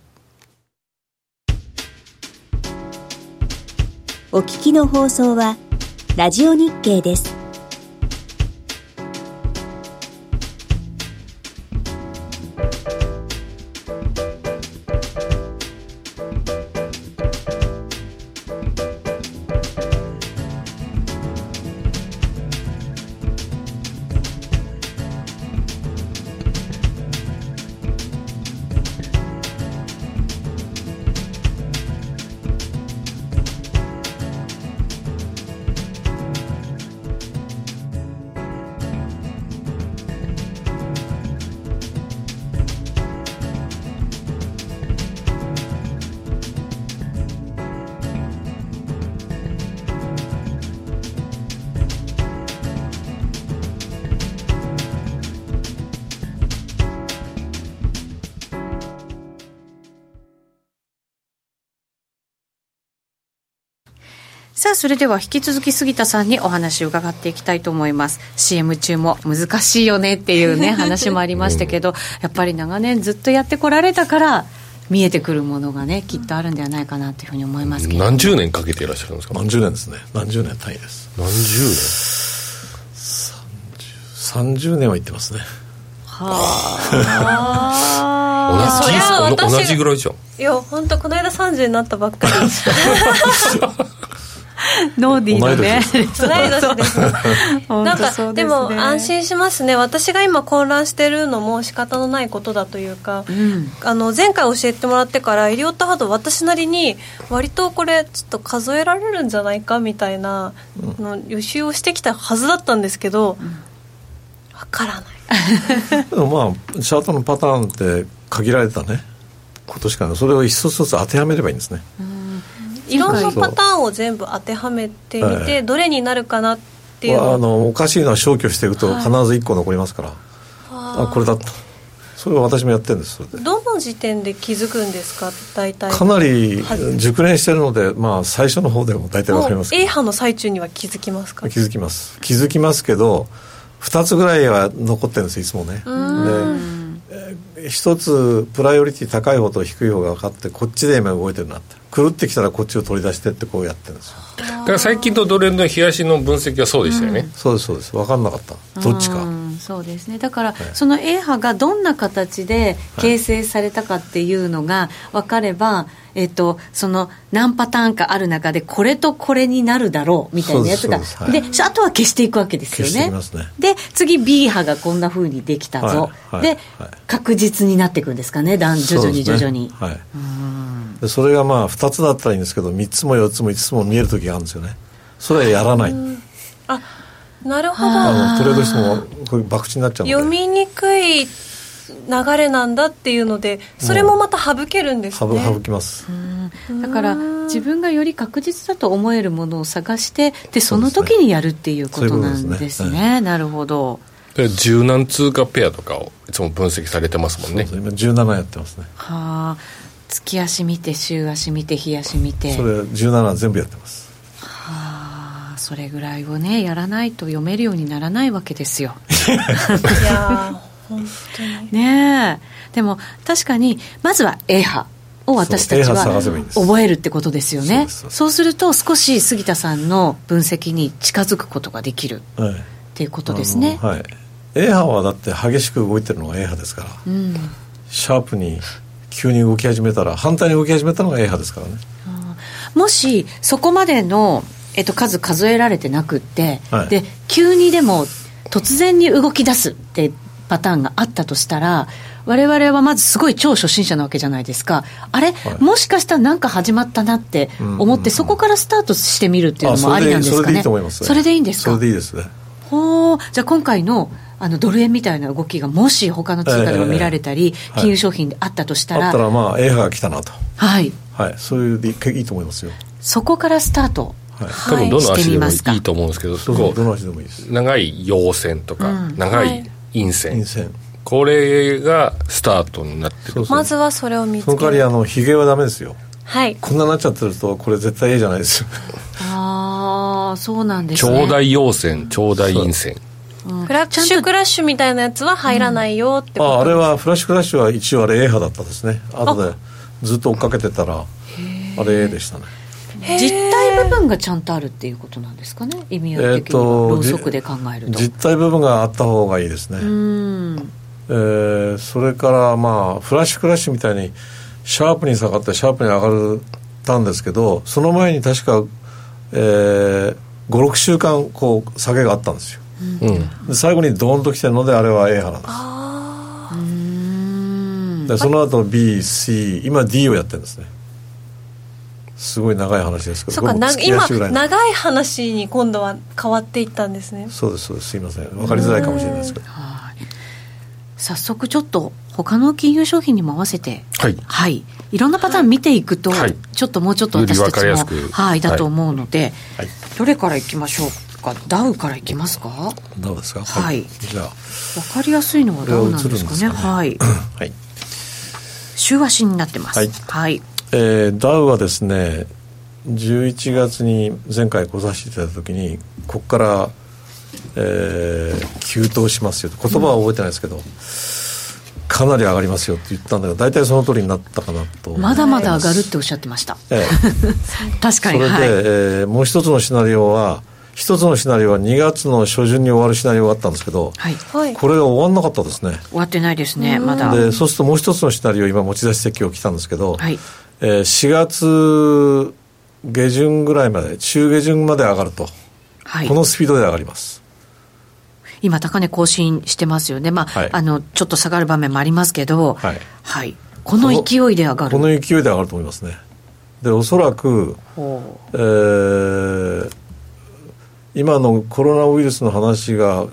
お聞きの放送は、ラジオ日経です。
さあそれでは引き続き杉田さんにお話を伺っていきたいと思います CM 中も難しいよねっていうね話もありましたけど、やっぱり長年ずっとやってこられたから見えてくるものがねきっとあるんではないかなというふうに思いますけど
何十年かけていらっしゃるんですか
何十年ですね何十年単位です
何十
年 30, 30年は行ってますね
はあ同じ同じぐらいじゃん
いや本当この間30になったばっか り
ノーディーのね
同い年ですなんかで,、ね、でも安心しますね私が今混乱してるのも仕方のないことだというか、うん、あの前回教えてもらってからエリオットハード私なりに割とこれちょっと数えられるんじゃないかみたいな、うん、の予習をしてきたはずだったんですけど、うん、分からない
でもまあチャートのパターンって限られたねことしかないそれを一つ一つ当てはめればいいんですね、
いろんなパターンを全部当てはめてみて、はい、どれになるかなっていう
あのおかしいのは消去していくと必ず1個残りますから、はい、あこれだったそれは私もやってるんです
どの時点で気づくんですか大体
かなり熟練してるので、まあ、最初の方でも大体分かります
A 波の最中には気づきますか
気づきます気づきますけど2つぐらいは残ってるんですいつもねで1つプライオリティ高い方と低い方が分かってこっちで今動いてるなって狂ってきたらこっちを取り出してってこうやってるんですよ
だから最近のドル円の冷やしの分析はそうでしたよね、うん、
そうですそうです分かんなかったどっちか
そうですねだから、はい、その A 波がどんな形で形成されたかっていうのが分かれば、はい、えっ、ー、とその何パターンかある中でこれとこれになるだろうみたいなやつがで,はい、であとは消していくわけですよね、
ね、
で次 B 波がこんなふうにできたぞ、で、確実になっていくんですかねだん徐々に徐々に、ね、はい、
それがまあ2つだったらいいんですけど3つも4つも5つも見える時があるんですよねそれはやらない
あなるほど
あのトレードしてもこれ博打になっちゃう
読みにくい流れなんだっていうのでそれもまた省けるんですね
省きます
だから自分がより確実だと思えるものを探してでその時にやるっていうことなんですね、ねね、なるほど
柔軟通貨ペアとかをいつも分析されてますもんね
今17やってますね
はあ月足見て週足見て日足見て
それ17全部やってます
はあそれぐらいをねやらないと読めるようにならないわけですよ
いや本当に
ねえでも確かにまずは A 波を私たちは覚えるってことですよねそうすると少し杉田さんの分析に近づくことができる、はい、っていうことですね、
はい、A 波はだって激しく動いてるのが A 波ですから、うん、シャープに急に動き始めたら反対に動き始めたのが A 波ですからね、
うん、もしそこまでの、えっと、数数えられてなくって、はい、で急にでも突然に動き出すってパターンがあったとしたら我々はまずすごい超初心者なわけじゃないですかあれ、はい、もしかしたら何か始まったなって思って、そこからスタートしてみるっていうのもありなんですかね
そ
れでいいんですか
それでいいですね
ほうじゃあ今回のあのドル円みたいな動きがもし他の通貨でも見られたり、えー、金融商品であったとしたら、
はい、あったらまあ A 波が来たなと
はい、
はい、それでいいと思いますよ
そこからスタート
多分どの足でもいいと思うんですけど、
どどの足でもいいです
長い陽線とか、長い陰線,、陰線これがスタートになってる
まずはそれを見つ
そ
け
の代わりあのひげはダメですよ
はい
こんななっちゃってるとこれ絶対 A じゃないですよ
ああそうなんです
ね頂戴陽線頂戴陰線
フラッシュクラッシュみたいなやつは入らないよってこと、
ああれはフラッシュクラッシュは一応あれ A 派だったですね後でずっと追っかけてたらあれ A でしたね
実体部分がちゃんとあるっていうことなんですかね意味合い的にろうそくで考えると、
えー、実体部分があった方がいいですねえー、それからまあフラッシュクラッシュみたいにシャープに下がってシャープに上がったんですけどその前に確か、えー、56週間こう下げがあったんですよ、うん、最後にドーンときてるのであれは A 波なんですでその後 BC 今 D をやってるんですねすごい長い話ですけど
そうか今長い話に今度は変わっていったんですね
そうですそうですすいません分かりづらいかもしれないですけど
早速ちょっと他の金融商品にも合わせて
はい、
はい、いろんなパターン見ていくと、はい、ちょっともうちょっと私たちもはいだと思うので、はい、どれからいきましょうかダウからいきますか
ダウですか
はい、
じゃあ
分かりやすいのはダウなんですかねはい、
はい、
週足になってますはい
えー、ダウはですね11月に前回来させていただいた時にここから、えー、急騰しますよ言葉は覚えてないですけど、うん、かなり上がりますよって言ったんだけど大体その通りになったかなと
まだまだ上がるっておっしゃってました、えー、確かに
それで、はい、えー、もう一つのシナリオは一つのシナリオは2月の初旬に終わるシナリオがあったんですけど、
はい、
これが終わんなかったですね
終わってないですねまだ
でそうするともう一つのシナリオ今持ち出し席を来たんですけど、
はい
えー、4月下旬ぐらいまで中下旬まで上がると、
はい、
このスピードで上がります
今高値更新してますよね、まあ、はい、あのちょっと下がる場面もありますけど、
はい
はい、この勢いで上がる
この勢いで上がると思いますねでおそらく、えー、今のコロナウイルスの話が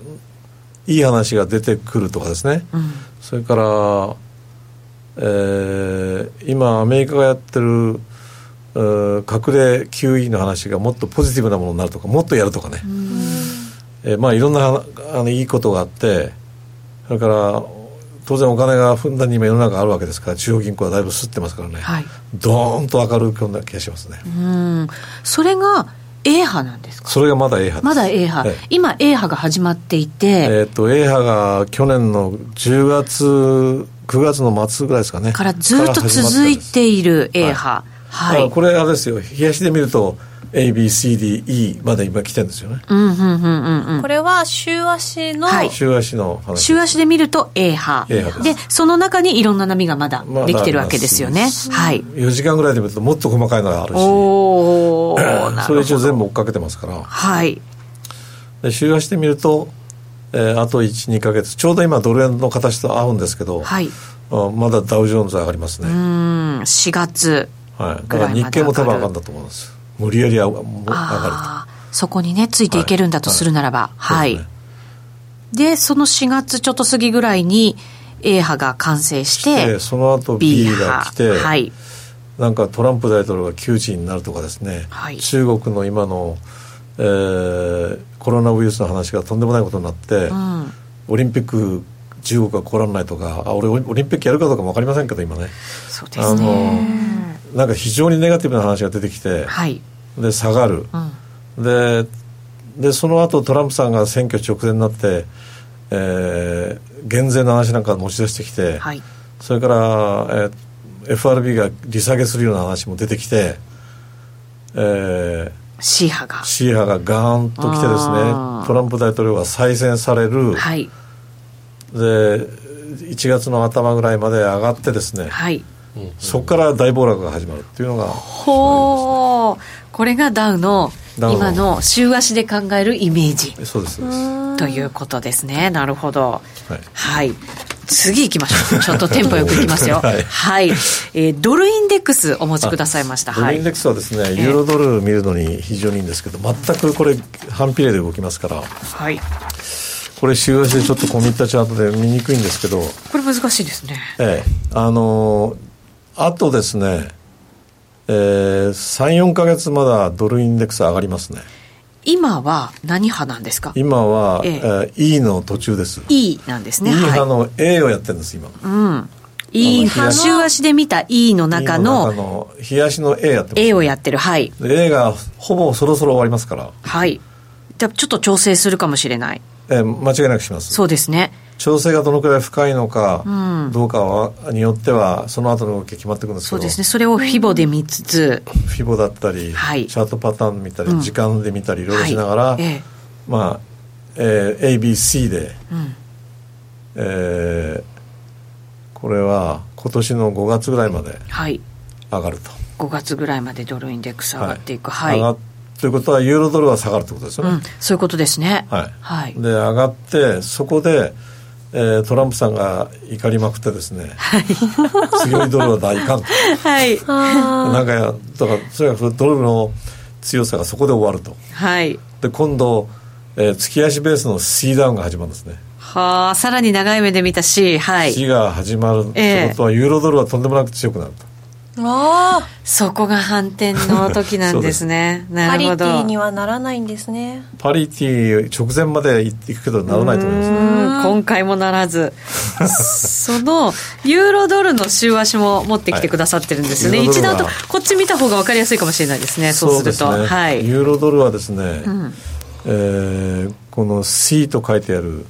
いい話が出てくるとかですね、
うん、
それからえー、今アメリカがやってる、えー、隠れ QE の話がもっとポジティブなものになるとかもっとやるとかね、えー、まあいろんなあのいいことがあってそれから当然お金がふんだんに今世の中あるわけですから中央銀行はだいぶすってますからね、
はい、
どーンと明るくな気がしますね
うんそれが A 波なんですか
それがまだ A 波
まだ A 波、はい、今 A 波が始まっていて、
えーと、と A 波が去年の10月9月の末ぐらいですかね
からずっと続いている A 波はい、はい、
これあれですよ冷やしで見ると ABCDE まで今来てるんですよね、
うんうんうんうんうん
これは週足の、はい
週足の
話週足で見ると A 波
A 波
でその中にいろんな波がまだできてるわけですよね、はい
4時間ぐらいで見るともっと細かいのがあるし
おお
それ一応全部追っかけてますから
はい
で週足で見るとえー、あと12か月ちょうど今ドル円の形と合うんですけど、
はい、
あまだダウジョーンズ上がりますねうん
4月
はい、だから日経も多分上がるんだと思うんです無理やり上がる
とそこにねついていけるんだとするならばはい、はい、で、ね,で、その4月ちょっと過ぎぐらいに A 波が完成して
その後 B が来て、
はい、
なんかトランプ大統領が窮地になるとかですね、
はい、
中国の今のえー、コロナウイルスの話がとんでもないことになって、
うん、
オリンピック中国が来らないとかあ俺オリンピックやるかどうかも分かりませんけど今ね
そうですね
あのなんか非常にネガティブな話が出てきて、
はい、
で下がる、
うん、
ででその後トランプさんが選挙直前になって、えー、減税の話なんか持ち出してきて、
はい、
それから、えー、FRB が利下げするような話も出てきて、えー、
シーハが
シーハがガーンと来てですねトランプ大統領が再選される、
はい、
で1月の頭ぐらいまで上がってですね、
はい、
そこから大暴落が始まるっていうのが
ほうこれがダウの今の週足で考えるイメージ
そうですそうです
ということですねなるほどはい、はい、次行きましょうちょっとテンポよくいきます よはい、はい、えー、ドルインデックスお持ちくださいました
ドルインデックスはですね、はい、ユーロドル見るのに非常にいいんですけど全くこれ反比例で動きますからはいこれ週足でちょっと込み入ったチャートで見にくいんですけど
これ難しいですね
ええあのー、あとですねえー、34か月まだドルインデックス上がりますね
今は何派なんですか
今は、ええー、E の途中です
E なんですね
E 派の A をやってるんです今うん
いい週足で見た E の中の、e、
の冷やしの A やってます、
ね、A をやってるはい
A がほぼそろそろ終わりますから
はいじゃちょっと調整するかもしれない
え間違いなくします
そうですね
調整がどのくらい深いのかどうかは、うん、によってはその後の動き決まってくるんですけ
どそうですねそれをフィボで見つつ、
フィボだったり、はい、チャートパターン見たり、うん、時間で見たりいろいろしながら、はい、まあ、えー、ABC で、うん、えー、これは今年の5月ぐらいまで上がると、はい
5月ぐらいまでドルインデックス上がっていく、
はい、上がってということはユーロドルは下がるということですよね、うん、
そういうことですね
はい、はい、で上がってそこで、えー、トランプさんが怒りまくってですね、はい、強いドルは大寒とはいなんかだからそれがドルの強さがそこで終わると
はい
で今度、えー、月足ベースの C ダウンが始まるんですね
はあさらに長い目で見た C はい
C が始まるってことは、えー、ユーロドルはとんでもなく強くなると
あそこが反転の時なんですねですなるほど
パリティにはならないんですね
パリティ直前までいくけどならないと思います、ね、
今回もならずそのユーロドルの週足も持ってきてくださってるんですよね、はい、一段とこっち見た方が分かりやすいかもしれないですねそうすると、ね、はい、
ユーロドルはですね、うん、えー、この C と書いてある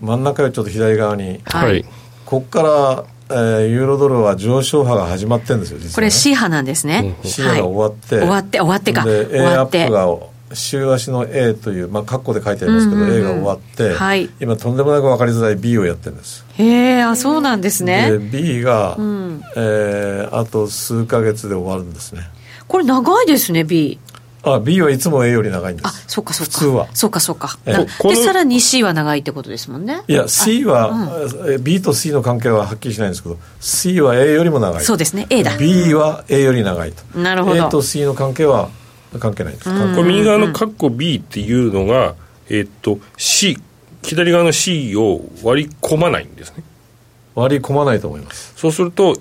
真ん中よりちょっと左側に、
はい、
ここからえー、ユーロドルは上昇波が始まってるんですよ、ね、
これ C 波なんですね、
うん、C 波が終わって、はい、
終わって終わってか
で A アップが週足の A という、まあ、括弧で書いてありますけど、うんうんうん、A が終わって、はい、今とんでもなく分かりづらい B をやってるんです
へえあそうなんですね
で B が、うん、えー、あと数か月で終わるんですね
これ長いですね B
あ B はいつも A より長いんですあ
そっかそっか
普通は
そうかそうか、えー、でさらに C は長いってことですもんね
いや C は、うん、B と C の関係ははっきりしないんですけど C は A よりも長い
そうですね A だ
B は A より長いと
なるほど
A と C の関係は関係ないですこ
れ右側の括弧 B っていうのがえー、っと C 左側の C を割り込まないんですね
割り込まないと思います
そうすると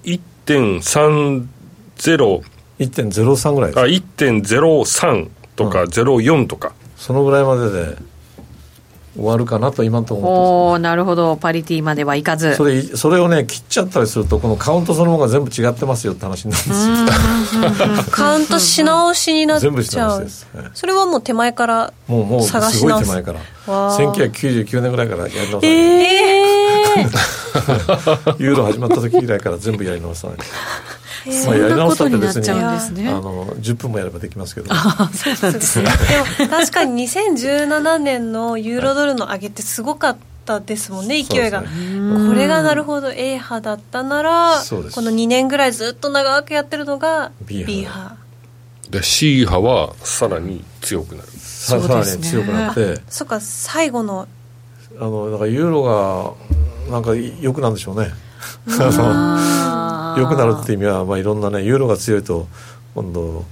1.30
1.03ぐらいですあ
1.03とか04とか、うん、
そのぐらいまでで終わるかなと今のところ
おおなるほどパリティまではいかず
それそれをね切っちゃったりするとこのカウントそのものが全部違ってますよって話にな るんですよ
カウントし直しになっちゃう全部し直しです、はい、それはもう手前から
もうもうすごい手前から1999年ぐらいからやり直さ
ええ
ー、ユーロ始まった時以来から全部やり直さない
まあ、やり直したって別にに、ね、あの
10分もやればできますけど
そうなんですね
でも確かに2017年のユーロドルの上げってすごかったですもんね、はい、勢いが、ね、これがなるほど A 派だったならこの2年ぐらいずっと長くやってるのが B 派
で C 派はさらに強くなる
さらに強くなって
そっか最後の
あのだからユーロがなんかよくなんでしょうね あの良くなるっていう意味は、まあ、いろんなねユーロが強いと今度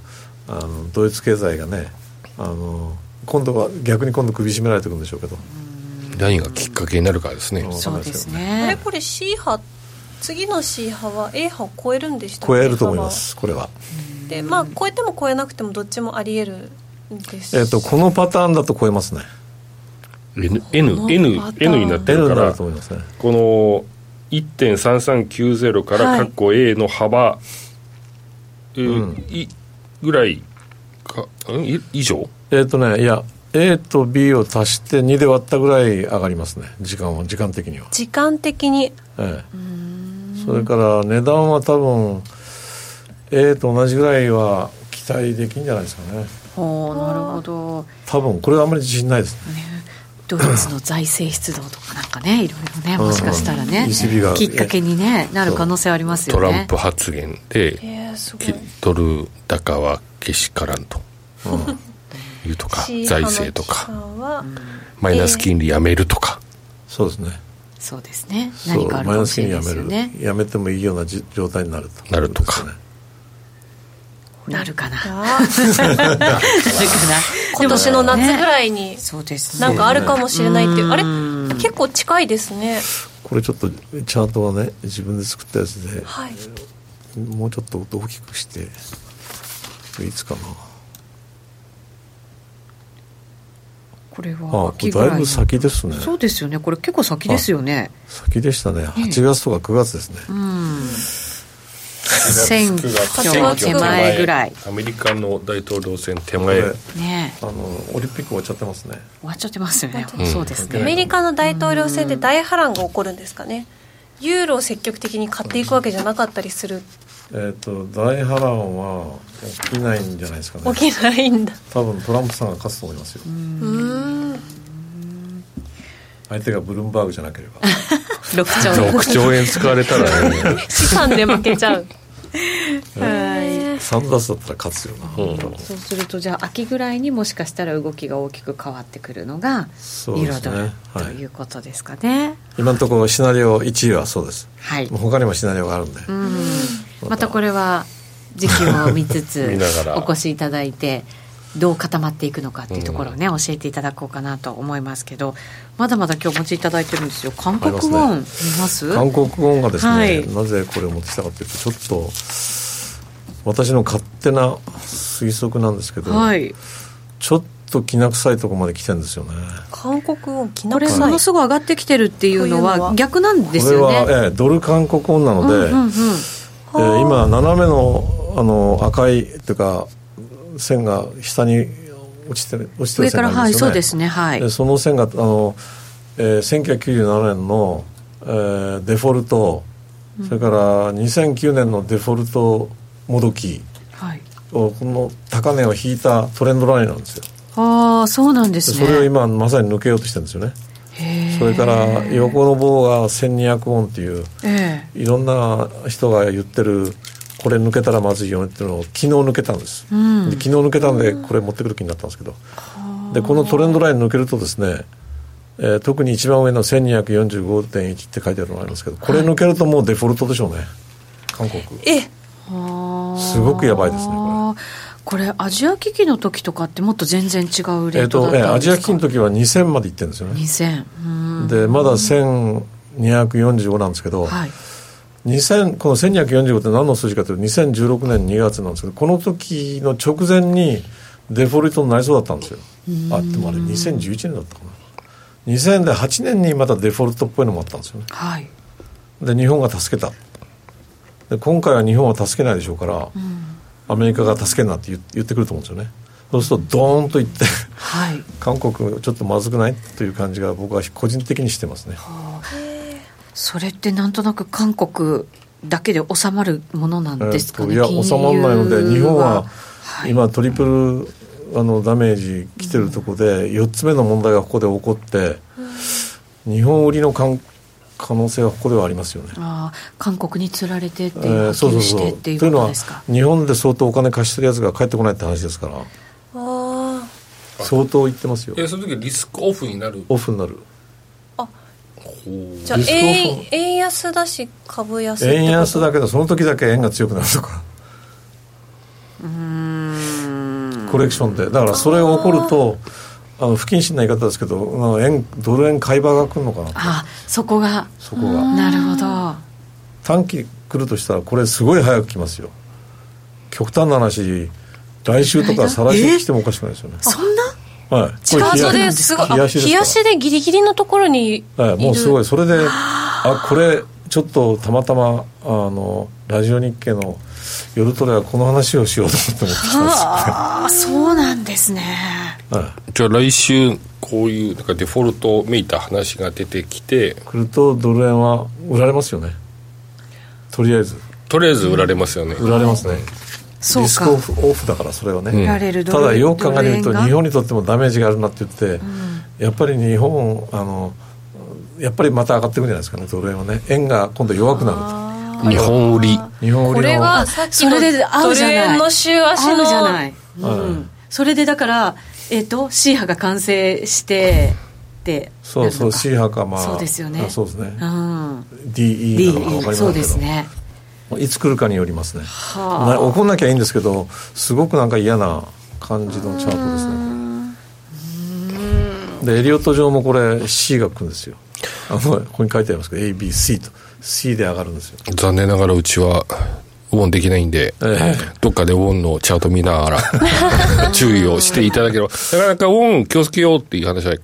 あのドイツ経済がねあの今度は逆に今度首絞められてくるんでしょうけど
何がきっかけになるかですね
そうです
ねあれこれ C 波次の C 波は A 波を超えるんでした
超えると思いますこれは
でまあ超えても超えなくてもどっちもありえるんです
えっ、ー、とこのパターンだと超えますね
N, N, N, N になってるから、ね、この1.3390から括弧 A の幅、はい、えー、うん、いぐらいかい以上
えっ、ー、とねいや A と B を足して2で割ったぐらい上がりますね時間は時間的には
時間的に
ええそれから値段は多分 A と同じぐらいは期待できるんじゃないですかね
おなるほど
多分これはあんまり自信ないですね,ね
ドイツの財政出動とかなんかねいろいろねもしかしたらね、うんうん、きっかけに、ね、なる可能性ありますよね
トランプ発言で、えー、ドル高はけしからんと、 うん、いうとか財政とか、うん、マイナス金利やめるとか、
えー、そうですね
そうですね何かあるかもしれないですよね
やめてもいいような状態になると、
ね、なるとか、
なるかな。なるかな。
今年の夏ぐらいに、
そうです
なんかあるかもしれないっていう。あれ結構近いですね。
これちょっとチャートはね自分で作ったやつで、はい、もうちょっと大きくして、いつかな。
これは
秋ぐらいだいぶ先ですね。
そうですよね。これ結構先ですよね。
先でしたね。8月とか9月ですね。うん。
選挙 手前ぐらい
アメリカの大統領選手前
ね
あのオリンピック終わっちゃってますね
終わっちゃってますよね、うん、そうですね
アメリカの大統領選で大波乱が起こるんですかねユーロを積極的に買っていくわけじゃなかったりする
えっ、と大波乱は起きないんじゃないですかね
起きないんだ
多分トランプさんが勝つと思いますようん相手がブルームバーグじゃなければ
6,
6兆円使われたら
ね 資産で負け ちゃう
はいサンダースだったら勝つよな、
うん、そうするとじゃあ秋ぐらいにもしかしたら動きが大きく変わってくるのが彩る、ね、ということですかね、はい、
今のところシナリオ1位はそうです、
はい、
他にもシナリオがあるんで
またこれは時期を 見つつお越しいただいてどう固まっていくのかっていうところをね、うん、教えていただこうかなと思いますけどまだまだ今日お持ちいただいてるんですよ韓国ウォン、ね、見ます
韓国ウォンがですね、はい、なぜこれを持ってきたかというとちょっと私の勝手な推測なんですけど、
はい、
ちょっときな臭いとこまで来てるんですよね
韓国ウォンきな
臭いこれものすごい上がってきてるっていうのは逆なんですよね
これは、ええ、ドル韓国ウォンなので、う、うん、えー、今斜めのあの赤いというか線が下に落ちてる落ち
線があるんですよ
てる
ね。上からはいそうですねはい。
その線があの、えー、1997年の、えー、デフォルト、うん、それから2009年のデフォルトもどきを、はい、この高値を引いたトレンドラインなんですよ。
ああそうなんですね。
それを今まさに抜けようとしてるんですよね。それから横の棒が1200ウォンっていう、えー、いろんな人が言ってるこれ抜けたらまずいよねっていうのを昨日抜けたんです、うん、で昨日抜けたんでこれ持ってくる気になったんですけど、うん、でこのトレンドライン抜けるとですね、えー、特に一番上の1245.1って書いてあるのがありますけどこれ抜けるともうデフォルトでしょうね韓国
え
すごくやばいですねこれ。
これアジア危機の時とかってもっと全然違うレートだった
んですか、えーとえー、アジア危機の時は2000までいってるんですよね
2000
でまだ1245なんですけど、はい2000この1245って何の数字かというと2016年2月なんですけどこの時の直前にデフォルトになりそうだったんですよあでもあれ2011年だったかな2000で8年にまたデフォルトっぽいのもあったんですよね、
はい、
で日本が助けたで今回は日本は助けないでしょうから、うん、アメリカが助けんなって言ってくると思うんですよねそうするとドーンといって、
はい、
韓国ちょっとまずくないという感じが僕は個人的にしてますね、
はあそれってなんとなく韓国だけで収まるものなんですかね、
いや収まらないので日本は今トリプルあのダメージ来てるとこで4つ目の問題がここで起こって、日本売りの韓可能性はここではありますよね。
あ韓国につられてっていう、えー、そうそうそうっていう
の
は
日本で相当お金貸してるやつが帰ってこないって話ですから
あ
相当言ってますよ。
えー、その時リスクオフになる、
オフになる。
じゃあ円円安だし株安
円安だけどその時だけ円が強くなるとか
うん
コレクションでだからそれが起こるとあの不謹慎な言い方ですけど円ドル円買い場が来るのかな
あそこが
そこが
なるほど
短期来るとしたらこれすごい早く来ますよ極端な話来週とか再来週来てもおかしくないですよね、
そんな
はい、
チャートですごい冷やしでギリギリのところに
はい、もうすごいそれであこれちょっとたまたまあのラジオ日経の夜トレはこの話をしようと思って持ってきたんですあ
あそうなんですね、
はい
じゃあ来週こういうなんかデフォルトめいた話が出てきて
くるとドル円は売られますよねとりあえず
とりあえず売られますよね、
売られますね、リスクオフオフだからそれはね、
うん、
ただよく考えてみると日本にとってもダメージがあるなって言って、うん、やっぱり日本あのやっぱりまた上がっていくんじゃないですかねドル円はね円が今度弱くなると。
日本売り
日本売り
これがさっきのドル円の週足の
じゃない、うん、うん、それでだからえっ、ー、と C 波が完成してっ
そうそう C 波かまあ
そうですよね
そうですね、うん、DE なのか分かりませんけどそうですねいつ来るかによりますね、はあ、怒んなきゃいいんですけどすごくなんか嫌な感じのチャートですねでエリオット上もこれ C が来るんですよあのここに書いてありますけど ABC と C で上がるんですよ
残念ながらうちはウォンできないんで、ええ、どっかでウォンのチャート見ながら 注意をしていただければなかなかウォン気をつけようっていう話は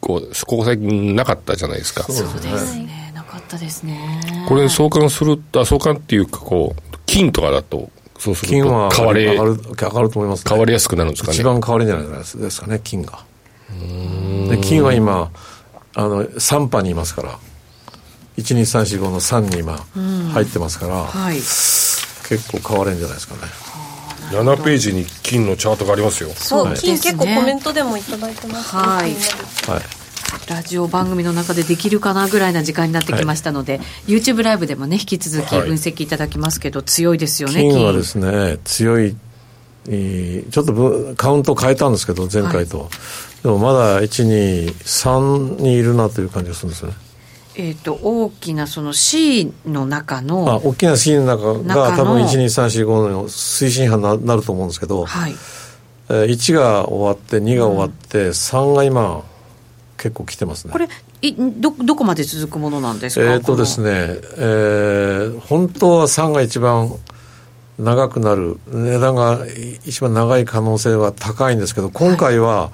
ここ最近なかったじゃないですか
そうですねなかったですね
これ相関するあ相関っていうかこう金とかだとそうすると
買われ上がる上がると思います、
ね、買われやすくなるんですかね
一番買われじゃないですかね金がで金は今あの3波にいますから12345の3に今入ってますから、はい、結構買われるんじゃないですかね
7ページに金のチャートがありますよ
そう、ね、金結構コメントでも頂いてます、ね、はい、
はい、ラジオ番組の中でできるかなぐらいな時間になってきましたので、はい、YouTube ライブでもね引き続き分析いただきますけど、はい、強いですよね
金はですね強いちょっとカウント変えたんですけど前回と、はい、でもまだ123にいるなという感じがするんですよね
えーと、と大きなその C の中の
あ大きな C の中が多分12345の推進波にななると思うんですけど、はい、えー、1が終わって2が終わって、うん、3が今結構来てますね
これいどどこまで続くものなんですか
えっ、ー、とですね、えー、本当は3が一番長くなる値段が一番長い可能性は高いんですけど今回は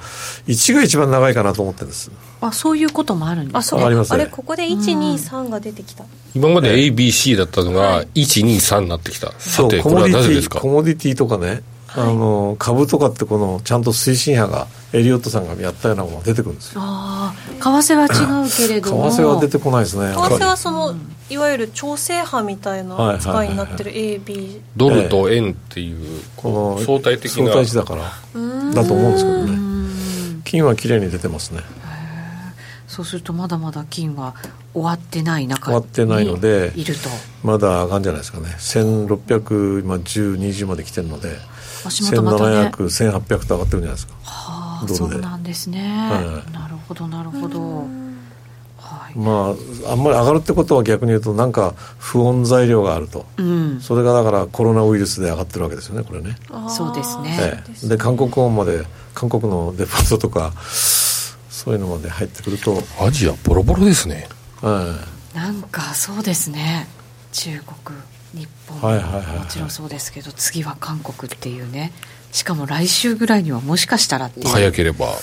1が一番長いかなと思ってるんです、
はい、あそういうこともあるんです
あそうあ,、ね、あれここで123が出てきた
今まで ABC だったのが123になってきた、はい、さてこれはなぜですか
コモディティとかねあの株とかってこのちゃんと推進派がエリオットさんがやったようなものが出てくるんですよ
ああ為替は違うけれども
為替は出てこないですね
為替はその、いわゆる調整派みたいな扱いになってる AB
ドルと円っていうこの相対的な
相対値だからだと思うんですけどね金はきれいに出てますね
そうするとまだまだ金は終わってない中
に終わってないので
いると
まだ上がるんじゃないですかね1600今1020まで来てるので足元また、ね、17001800と上がってるんじゃないですか
はあそうなんですね、はい、なるほどなるほど
はい、まああんまり上がるってことは逆に言うとなんか不穏材料があると、うん、それがだからコロナウイルスで上がってるわけですよねこれね
そうですね、、
ええ、で韓国本まで韓国のデパートとかそういうのまで入ってくると
アジアボロボロですね、
はい
なんかそうですね中国日本、はいはい、もちろんそうですけど次は韓国っていうねしかも来週ぐらいにはもしかしたらっていう
早ければ、
は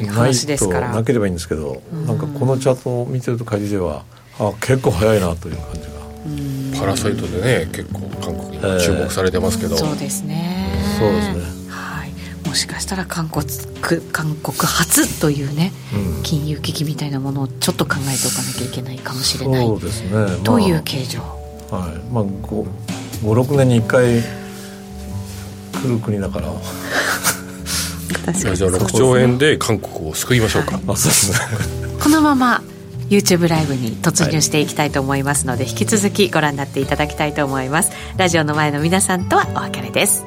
い、話ですから
なければいいんですけど、うん、なんかこのチャートを見てると限りではあ結構早いなという感じが
パラサイトでね結構韓国に注目されてますけど、えー、
そうですね
そうですね
はいもしかしたら韓国韓国初というね、うん、金融危機みたいなものをちょっと考えておかなきゃいけないかもしれない
そうですね、まあ、
という形状
はいまあ56年に1回来る国だから
確かにじゃあ6兆円で韓国を救いましょうか、
まあ、そうですね
このまま YouTube ライブに突入していきたいと思いますので、はい、引き続きご覧になっていただきたいと思いますラジオの前の皆さんとはお別れです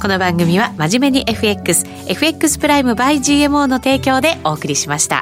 この番組は真面目に FXFX プライム by GMO の提供でお送りしました。